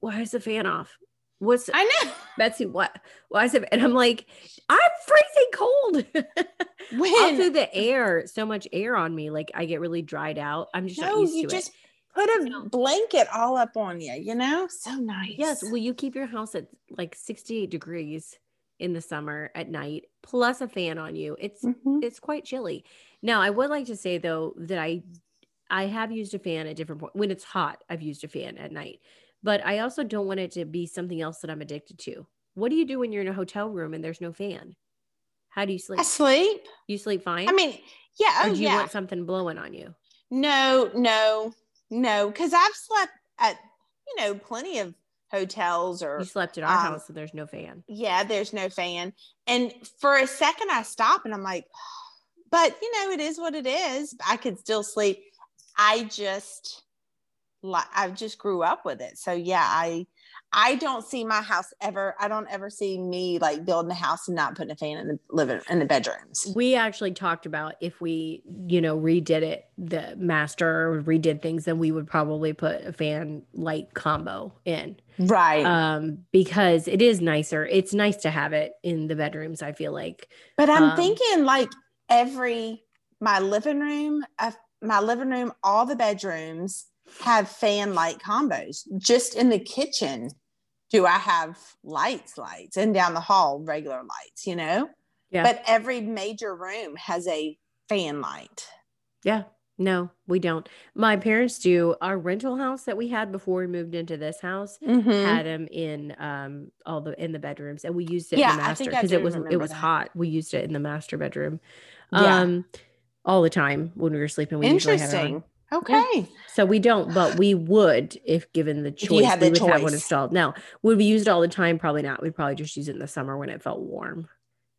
[SPEAKER 2] "Why is the fan off? What's
[SPEAKER 1] I know.
[SPEAKER 2] Betsy? What? Why is it?" And I'm like, "I'm freezing cold." [LAUGHS]
[SPEAKER 1] When [LAUGHS]
[SPEAKER 2] also, the air, so much air on me, like I get really dried out. I'm just not
[SPEAKER 1] no,
[SPEAKER 2] used
[SPEAKER 1] you
[SPEAKER 2] to it.
[SPEAKER 1] just put a blanket all up on you. You know, so nice.
[SPEAKER 2] Yes. Will you keep your house at like 68 degrees in the summer at night, plus a fan on you? It's
[SPEAKER 1] Mhm.
[SPEAKER 2] it's quite chilly. Now, I would like to say though that I I have used a fan at different point when it's hot. I've used a fan at night, but I also don't want it to be something else that I'm addicted to. What do you do when you're in a hotel room and there's no fan? How do you sleep?
[SPEAKER 1] I sleep.
[SPEAKER 2] You sleep fine?
[SPEAKER 1] I mean, yeah.
[SPEAKER 2] or
[SPEAKER 1] Oh,
[SPEAKER 2] do you
[SPEAKER 1] yeah.
[SPEAKER 2] want something blowing on you?
[SPEAKER 1] No, no, no. Because I've slept at you know plenty of hotels or
[SPEAKER 2] You slept at our
[SPEAKER 1] Um,
[SPEAKER 2] house and there's no fan.
[SPEAKER 1] yeah, there's no fan. And for a second, I stop and I'm like, [SIGHS] but you know, it is what it is. I could still sleep. I just, like, I just grew up with it. So yeah, I, I don't see my house ever. I don't ever see me like building a house and not putting a fan in the living in the bedrooms.
[SPEAKER 2] we actually talked about if we you know redid it the master redid things then we would probably put a fan light combo in
[SPEAKER 1] Right.
[SPEAKER 2] um because it is nicer it's nice to have it in the bedrooms i feel like
[SPEAKER 1] But I'm
[SPEAKER 2] Um,
[SPEAKER 1] thinking like every my living room, uh, my living room, all the bedrooms have fan light combos. Just in the kitchen, do I have lights, lights, and down the hall, regular lights, you know?
[SPEAKER 2] Yeah.
[SPEAKER 1] But every major room has a fan light.
[SPEAKER 2] yeah no we don't my parents do our rental house that we had before we moved into this house Mm-hmm.
[SPEAKER 1] Hmm. Mm-hmm.
[SPEAKER 2] had them in um all the in the bedrooms and we used it in
[SPEAKER 1] Yeah,
[SPEAKER 2] the
[SPEAKER 1] I
[SPEAKER 2] master
[SPEAKER 1] think I
[SPEAKER 2] because
[SPEAKER 1] do
[SPEAKER 2] it was it
[SPEAKER 1] remember
[SPEAKER 2] was
[SPEAKER 1] that.
[SPEAKER 2] hot we used it in the master bedroom
[SPEAKER 1] Yeah.
[SPEAKER 2] um all the time when we were sleeping we usually had it on.
[SPEAKER 1] Interesting. Okay.
[SPEAKER 2] So we don't, but we would if given the
[SPEAKER 1] you
[SPEAKER 2] choice.
[SPEAKER 1] had
[SPEAKER 2] we would
[SPEAKER 1] the
[SPEAKER 2] have one
[SPEAKER 1] choice.
[SPEAKER 2] installed. Now, would we use it all the time? Probably not. We'd probably just use it in the summer when it felt warm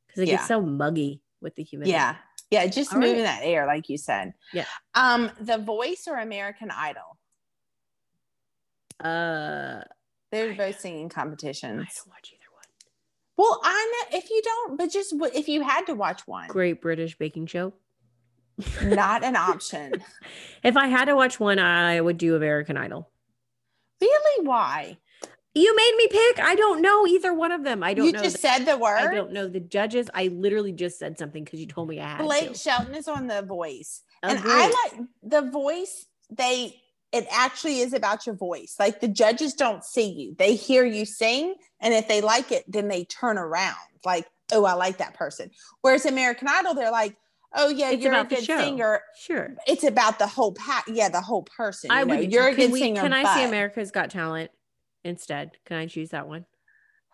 [SPEAKER 2] because it
[SPEAKER 1] Yeah.
[SPEAKER 2] gets so muggy with the humidity.
[SPEAKER 1] Yeah. Yeah. Just
[SPEAKER 2] All
[SPEAKER 1] moving
[SPEAKER 2] right.
[SPEAKER 1] that air, like you said.
[SPEAKER 2] Yeah.
[SPEAKER 1] Um, The Voice or American Idol?
[SPEAKER 2] Uh,
[SPEAKER 1] They're
[SPEAKER 2] I-
[SPEAKER 1] both singing
[SPEAKER 2] I
[SPEAKER 1] competitions.
[SPEAKER 2] don't watch either one.
[SPEAKER 1] Well, I know if you don't, but just w- if you had to watch one,
[SPEAKER 2] Great [LAUGHS] British Baking Show.
[SPEAKER 1] not an option.
[SPEAKER 2] If I had to watch one, I would do American Idol.
[SPEAKER 1] really? Why?
[SPEAKER 2] You made me pick. I don't know either one of them. I don't
[SPEAKER 1] You
[SPEAKER 2] know.
[SPEAKER 1] just
[SPEAKER 2] the-
[SPEAKER 1] said the word.
[SPEAKER 2] I don't know the judges. I literally just said something because you told me I had
[SPEAKER 1] Blake
[SPEAKER 2] to. Oh,
[SPEAKER 1] Shelton is on The Voice, and
[SPEAKER 2] Agree.
[SPEAKER 1] I like The Voice. They it actually is about your voice. Like the judges don't see you; they hear you sing, and if they like it, then they turn around. Like, oh, I like that person. Whereas American Idol, they're like, oh yeah,
[SPEAKER 2] It's
[SPEAKER 1] you're a
[SPEAKER 2] about the
[SPEAKER 1] good
[SPEAKER 2] show.
[SPEAKER 1] singer.
[SPEAKER 2] sure.
[SPEAKER 1] It's about the whole pack. Yeah, the whole person.
[SPEAKER 2] I
[SPEAKER 1] you know?
[SPEAKER 2] would.
[SPEAKER 1] You're a
[SPEAKER 2] can
[SPEAKER 1] good
[SPEAKER 2] we-
[SPEAKER 1] singer.
[SPEAKER 2] Can I see
[SPEAKER 1] but-
[SPEAKER 2] America's Got Talent instead? Can I choose that one?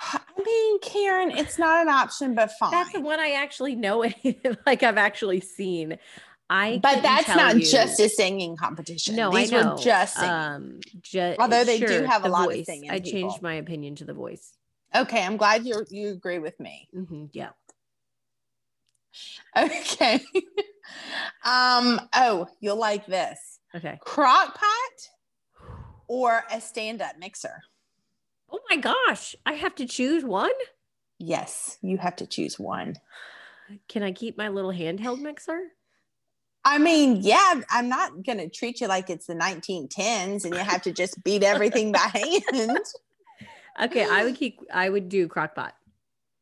[SPEAKER 1] I mean, Karen, it's not an option, but fine.
[SPEAKER 2] [SIGHS] That's the one I actually know. it, [LAUGHS] like I've actually seen. I
[SPEAKER 1] but
[SPEAKER 2] couldn't
[SPEAKER 1] that's
[SPEAKER 2] tell
[SPEAKER 1] not
[SPEAKER 2] you-
[SPEAKER 1] just a singing competition.
[SPEAKER 2] No,
[SPEAKER 1] These
[SPEAKER 2] I know.
[SPEAKER 1] were just singing.
[SPEAKER 2] um, ju-
[SPEAKER 1] Although they do
[SPEAKER 2] sure,
[SPEAKER 1] have a
[SPEAKER 2] The
[SPEAKER 1] lot of
[SPEAKER 2] voice.
[SPEAKER 1] singing
[SPEAKER 2] I
[SPEAKER 1] people.
[SPEAKER 2] changed my opinion to the voice.
[SPEAKER 1] okay, I'm glad you you agree with me. [LAUGHS]
[SPEAKER 2] hmm yeah.
[SPEAKER 1] Okay. [LAUGHS] um. Oh, you'll like this
[SPEAKER 2] Okay.
[SPEAKER 1] crock pot or a stand up mixer.
[SPEAKER 2] Oh my gosh! I have to choose one.
[SPEAKER 1] Yes, you have to choose one.
[SPEAKER 2] Can I keep my little handheld mixer?
[SPEAKER 1] I mean, yeah, I'm not going to treat you like it's the 1910s and you have to just beat everything by [LAUGHS] hand.
[SPEAKER 2] Okay, I would keep. I would do crockpot.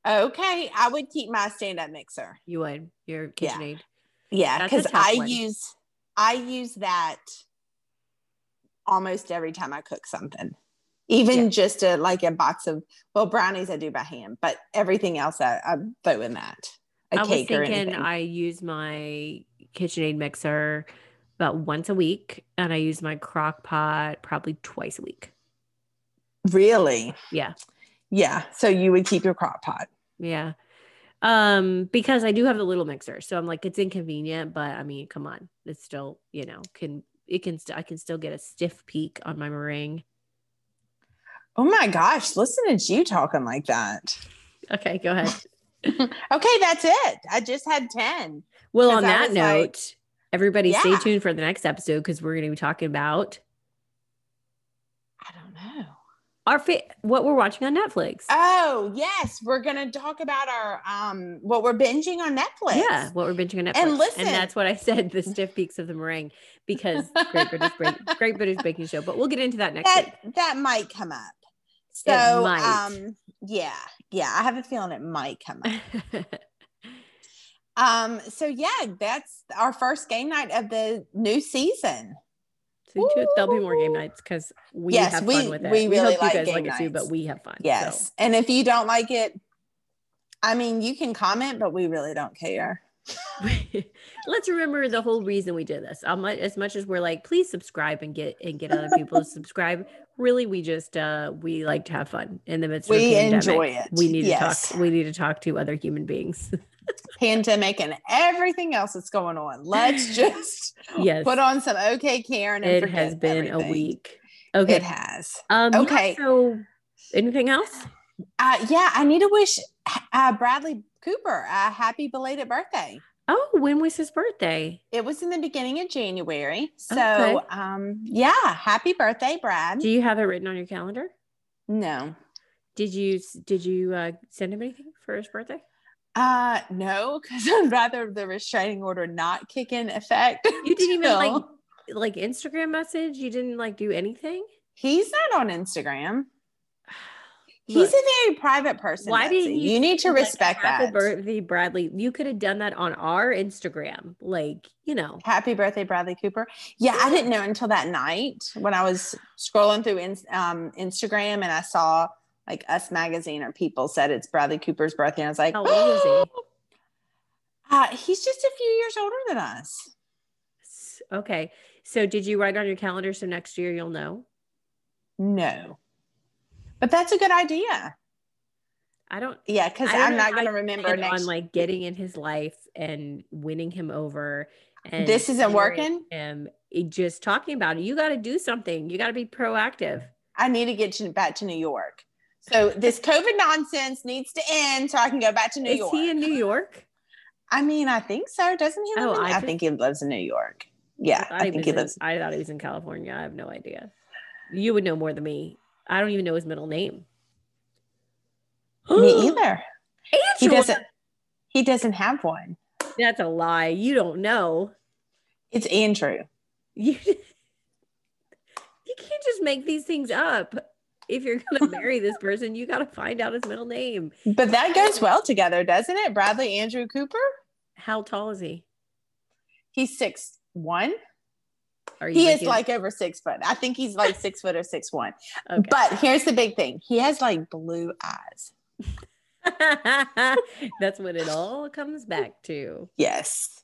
[SPEAKER 1] Okay, I would keep my stand up mixer.
[SPEAKER 2] You would your
[SPEAKER 1] Yeah.
[SPEAKER 2] KitchenAid.
[SPEAKER 1] Yeah,
[SPEAKER 2] That's a
[SPEAKER 1] because
[SPEAKER 2] tough
[SPEAKER 1] I
[SPEAKER 2] one.
[SPEAKER 1] use I use that almost every time I cook something. Even
[SPEAKER 2] Yeah.
[SPEAKER 1] just a like a box of well brownies I do by hand, but everything else I, I throw in that. A
[SPEAKER 2] I
[SPEAKER 1] cake
[SPEAKER 2] was
[SPEAKER 1] or
[SPEAKER 2] thinking
[SPEAKER 1] anything.
[SPEAKER 2] I use my KitchenAid mixer about once a week, and I use my crock pot probably twice a week.
[SPEAKER 1] really?
[SPEAKER 2] Yeah.
[SPEAKER 1] Yeah. So you would keep your crock pot.
[SPEAKER 2] Yeah. Um, because I do have the little mixer. So I'm like, it's inconvenient, but I mean, come on. It's still, you know, can it can st- I can still get a stiff peak on my meringue.
[SPEAKER 1] Oh my gosh, listening to you talking like
[SPEAKER 2] [LAUGHS]
[SPEAKER 1] that.
[SPEAKER 2] Okay, go ahead.
[SPEAKER 1] Okay, that's it. I just had 10.
[SPEAKER 2] [LAUGHS] Well, on
[SPEAKER 1] 'Cause I
[SPEAKER 2] that
[SPEAKER 1] was like-
[SPEAKER 2] note, everybody stay
[SPEAKER 1] Yeah.
[SPEAKER 2] tuned for the next episode because we're going to be talking about
[SPEAKER 1] I don't know.
[SPEAKER 2] our fa- what we're watching on Netflix.
[SPEAKER 1] Oh, yes. We're going to talk about our um what we're binging on Netflix.
[SPEAKER 2] Yeah, what we're binging on Netflix.
[SPEAKER 1] And listen-
[SPEAKER 2] that's what I said, the stiff peaks of the meringue, because Great British, Bake,
[SPEAKER 1] [LAUGHS]
[SPEAKER 2] Great British Baking Show. But we'll get into that next week.
[SPEAKER 1] That that might come up. So,
[SPEAKER 2] might.
[SPEAKER 1] um yeah. Yeah, I have a feeling it might come
[SPEAKER 2] [LAUGHS]
[SPEAKER 1] up. Um so yeah, that's our first game night of the new season.
[SPEAKER 2] So too, there'll be more game nights because we
[SPEAKER 1] Yes,
[SPEAKER 2] have
[SPEAKER 1] we-
[SPEAKER 2] fun with it.
[SPEAKER 1] we really
[SPEAKER 2] hope
[SPEAKER 1] like
[SPEAKER 2] you guys
[SPEAKER 1] game
[SPEAKER 2] like it too, but
[SPEAKER 1] nights.
[SPEAKER 2] we have fun. so.
[SPEAKER 1] Yes. And if you don't like it, I mean, you can comment, but we really don't care.
[SPEAKER 2] [LAUGHS] Let's remember the whole reason we did this. Um, as much as we're like, please subscribe and get and get other people to subscribe. Really, we just uh we like to have fun in the midst of
[SPEAKER 1] We
[SPEAKER 2] a pandemic.
[SPEAKER 1] enjoy it.
[SPEAKER 2] We need
[SPEAKER 1] Yes.
[SPEAKER 2] to talk. We need to talk to other human beings. [LAUGHS]
[SPEAKER 1] Pandemic and everything else that's going on.
[SPEAKER 2] [GASPS]
[SPEAKER 1] Let's just
[SPEAKER 2] yes,
[SPEAKER 1] put on some okay Karen and
[SPEAKER 2] it
[SPEAKER 1] forget
[SPEAKER 2] has been
[SPEAKER 1] everything.
[SPEAKER 2] a week. Okay.
[SPEAKER 1] It has.
[SPEAKER 2] um. yeah,
[SPEAKER 1] okay.
[SPEAKER 2] so, anything else?
[SPEAKER 1] Uh, yeah, I need to wish uh, Bradley Cooper a happy belated birthday.
[SPEAKER 2] Oh, when was his birthday?
[SPEAKER 1] It was in the beginning of January. So,
[SPEAKER 2] Okay.
[SPEAKER 1] um, yeah, happy birthday, Brad.
[SPEAKER 2] Do you have it written on your calendar?
[SPEAKER 1] no.
[SPEAKER 2] Did you did you uh, send him anything for his birthday?
[SPEAKER 1] Uh, no, because I'd rather the restraining order not kick in effect.
[SPEAKER 2] You didn't even, like-
[SPEAKER 1] till-
[SPEAKER 2] Like Instagram message? You didn't like do anything?
[SPEAKER 1] He's not on Instagram. [SIGHS] He's
[SPEAKER 2] Look,
[SPEAKER 1] a very private person.
[SPEAKER 2] why
[SPEAKER 1] Betsy.
[SPEAKER 2] didn't you
[SPEAKER 1] You need to
[SPEAKER 2] like,
[SPEAKER 1] respect
[SPEAKER 2] Happy
[SPEAKER 1] that.
[SPEAKER 2] birthday, Bradley. You could have done that on our Instagram. Like, you know.
[SPEAKER 1] Happy birthday, Bradley Cooper. Yeah, I didn't know until that night when I was scrolling through in, um, Instagram and I saw like Us Magazine or people said it's Bradley Cooper's birthday. And I was like,
[SPEAKER 2] How old is he?
[SPEAKER 1] [GASPS] Uh, he's just a few years older than us.
[SPEAKER 2] S- Okay. So did you write on your calendar so next year you'll know?
[SPEAKER 1] No. But that's a good idea.
[SPEAKER 2] I don't
[SPEAKER 1] Yeah, because
[SPEAKER 2] I
[SPEAKER 1] I'm
[SPEAKER 2] don't know
[SPEAKER 1] not
[SPEAKER 2] how
[SPEAKER 1] going to
[SPEAKER 2] you
[SPEAKER 1] remember
[SPEAKER 2] plan
[SPEAKER 1] next.
[SPEAKER 2] on like getting in his life and winning him over and
[SPEAKER 1] This isn't
[SPEAKER 2] hearing
[SPEAKER 1] working?
[SPEAKER 2] him it- just talking about it. You gotta do something. You gotta be proactive.
[SPEAKER 1] I need to get to, back to New York. So this COVID nonsense needs to end so I can go back to New
[SPEAKER 2] is
[SPEAKER 1] York.
[SPEAKER 2] he in New York?
[SPEAKER 1] I mean, I think so. Doesn't he? Live
[SPEAKER 2] Oh,
[SPEAKER 1] in-
[SPEAKER 2] I
[SPEAKER 1] I,
[SPEAKER 2] think-
[SPEAKER 1] think he lives in New York. Yeah, [LAUGHS] I,
[SPEAKER 2] thought
[SPEAKER 1] think
[SPEAKER 2] was
[SPEAKER 1] he
[SPEAKER 2] in-
[SPEAKER 1] lives.
[SPEAKER 2] I thought he was in California. I have no idea. You would know more than me. I don't even know his middle name.
[SPEAKER 1] [GASPS] Me
[SPEAKER 2] [GASPS]
[SPEAKER 1] either. He
[SPEAKER 2] Angela!
[SPEAKER 1] doesn't. He doesn't have one.
[SPEAKER 2] That's a lie. You don't know. [LAUGHS]
[SPEAKER 1] It's Andrew.
[SPEAKER 2] You, you can't just make these things up. If you're
[SPEAKER 1] [LAUGHS]
[SPEAKER 2] gonna marry this person, you gotta find out his middle name.
[SPEAKER 1] But that goes well together, doesn't it? Bradley Andrew Cooper.
[SPEAKER 2] How tall is he?
[SPEAKER 1] He's six one.
[SPEAKER 2] Are
[SPEAKER 1] He is
[SPEAKER 2] making-
[SPEAKER 1] like over six foot. I think he's like six foot or six one.
[SPEAKER 2] [LAUGHS] Okay.
[SPEAKER 1] But here's the big thing: he has like blue eyes.
[SPEAKER 2] That's what it all comes back to.
[SPEAKER 1] Yes.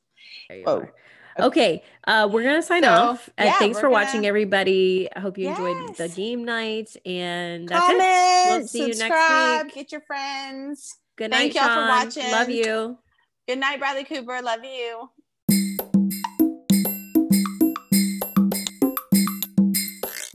[SPEAKER 2] There you
[SPEAKER 1] Whoa.
[SPEAKER 2] are. Okay, uh, we're gonna sign
[SPEAKER 1] Oh, So,
[SPEAKER 2] off. Uh,
[SPEAKER 1] yeah,
[SPEAKER 2] thanks
[SPEAKER 1] we're
[SPEAKER 2] for watching,
[SPEAKER 1] gonna-
[SPEAKER 2] everybody. I hope you enjoyed the
[SPEAKER 1] Yes.
[SPEAKER 2] game night, and that's
[SPEAKER 1] Comment,
[SPEAKER 2] it. see you next
[SPEAKER 1] subscribe,
[SPEAKER 2] week.
[SPEAKER 1] get your friends.
[SPEAKER 2] Good night,
[SPEAKER 1] Thank y'all for
[SPEAKER 2] Sean. Love
[SPEAKER 1] watching.
[SPEAKER 2] you.
[SPEAKER 1] Good night, Bradley Cooper. Love you.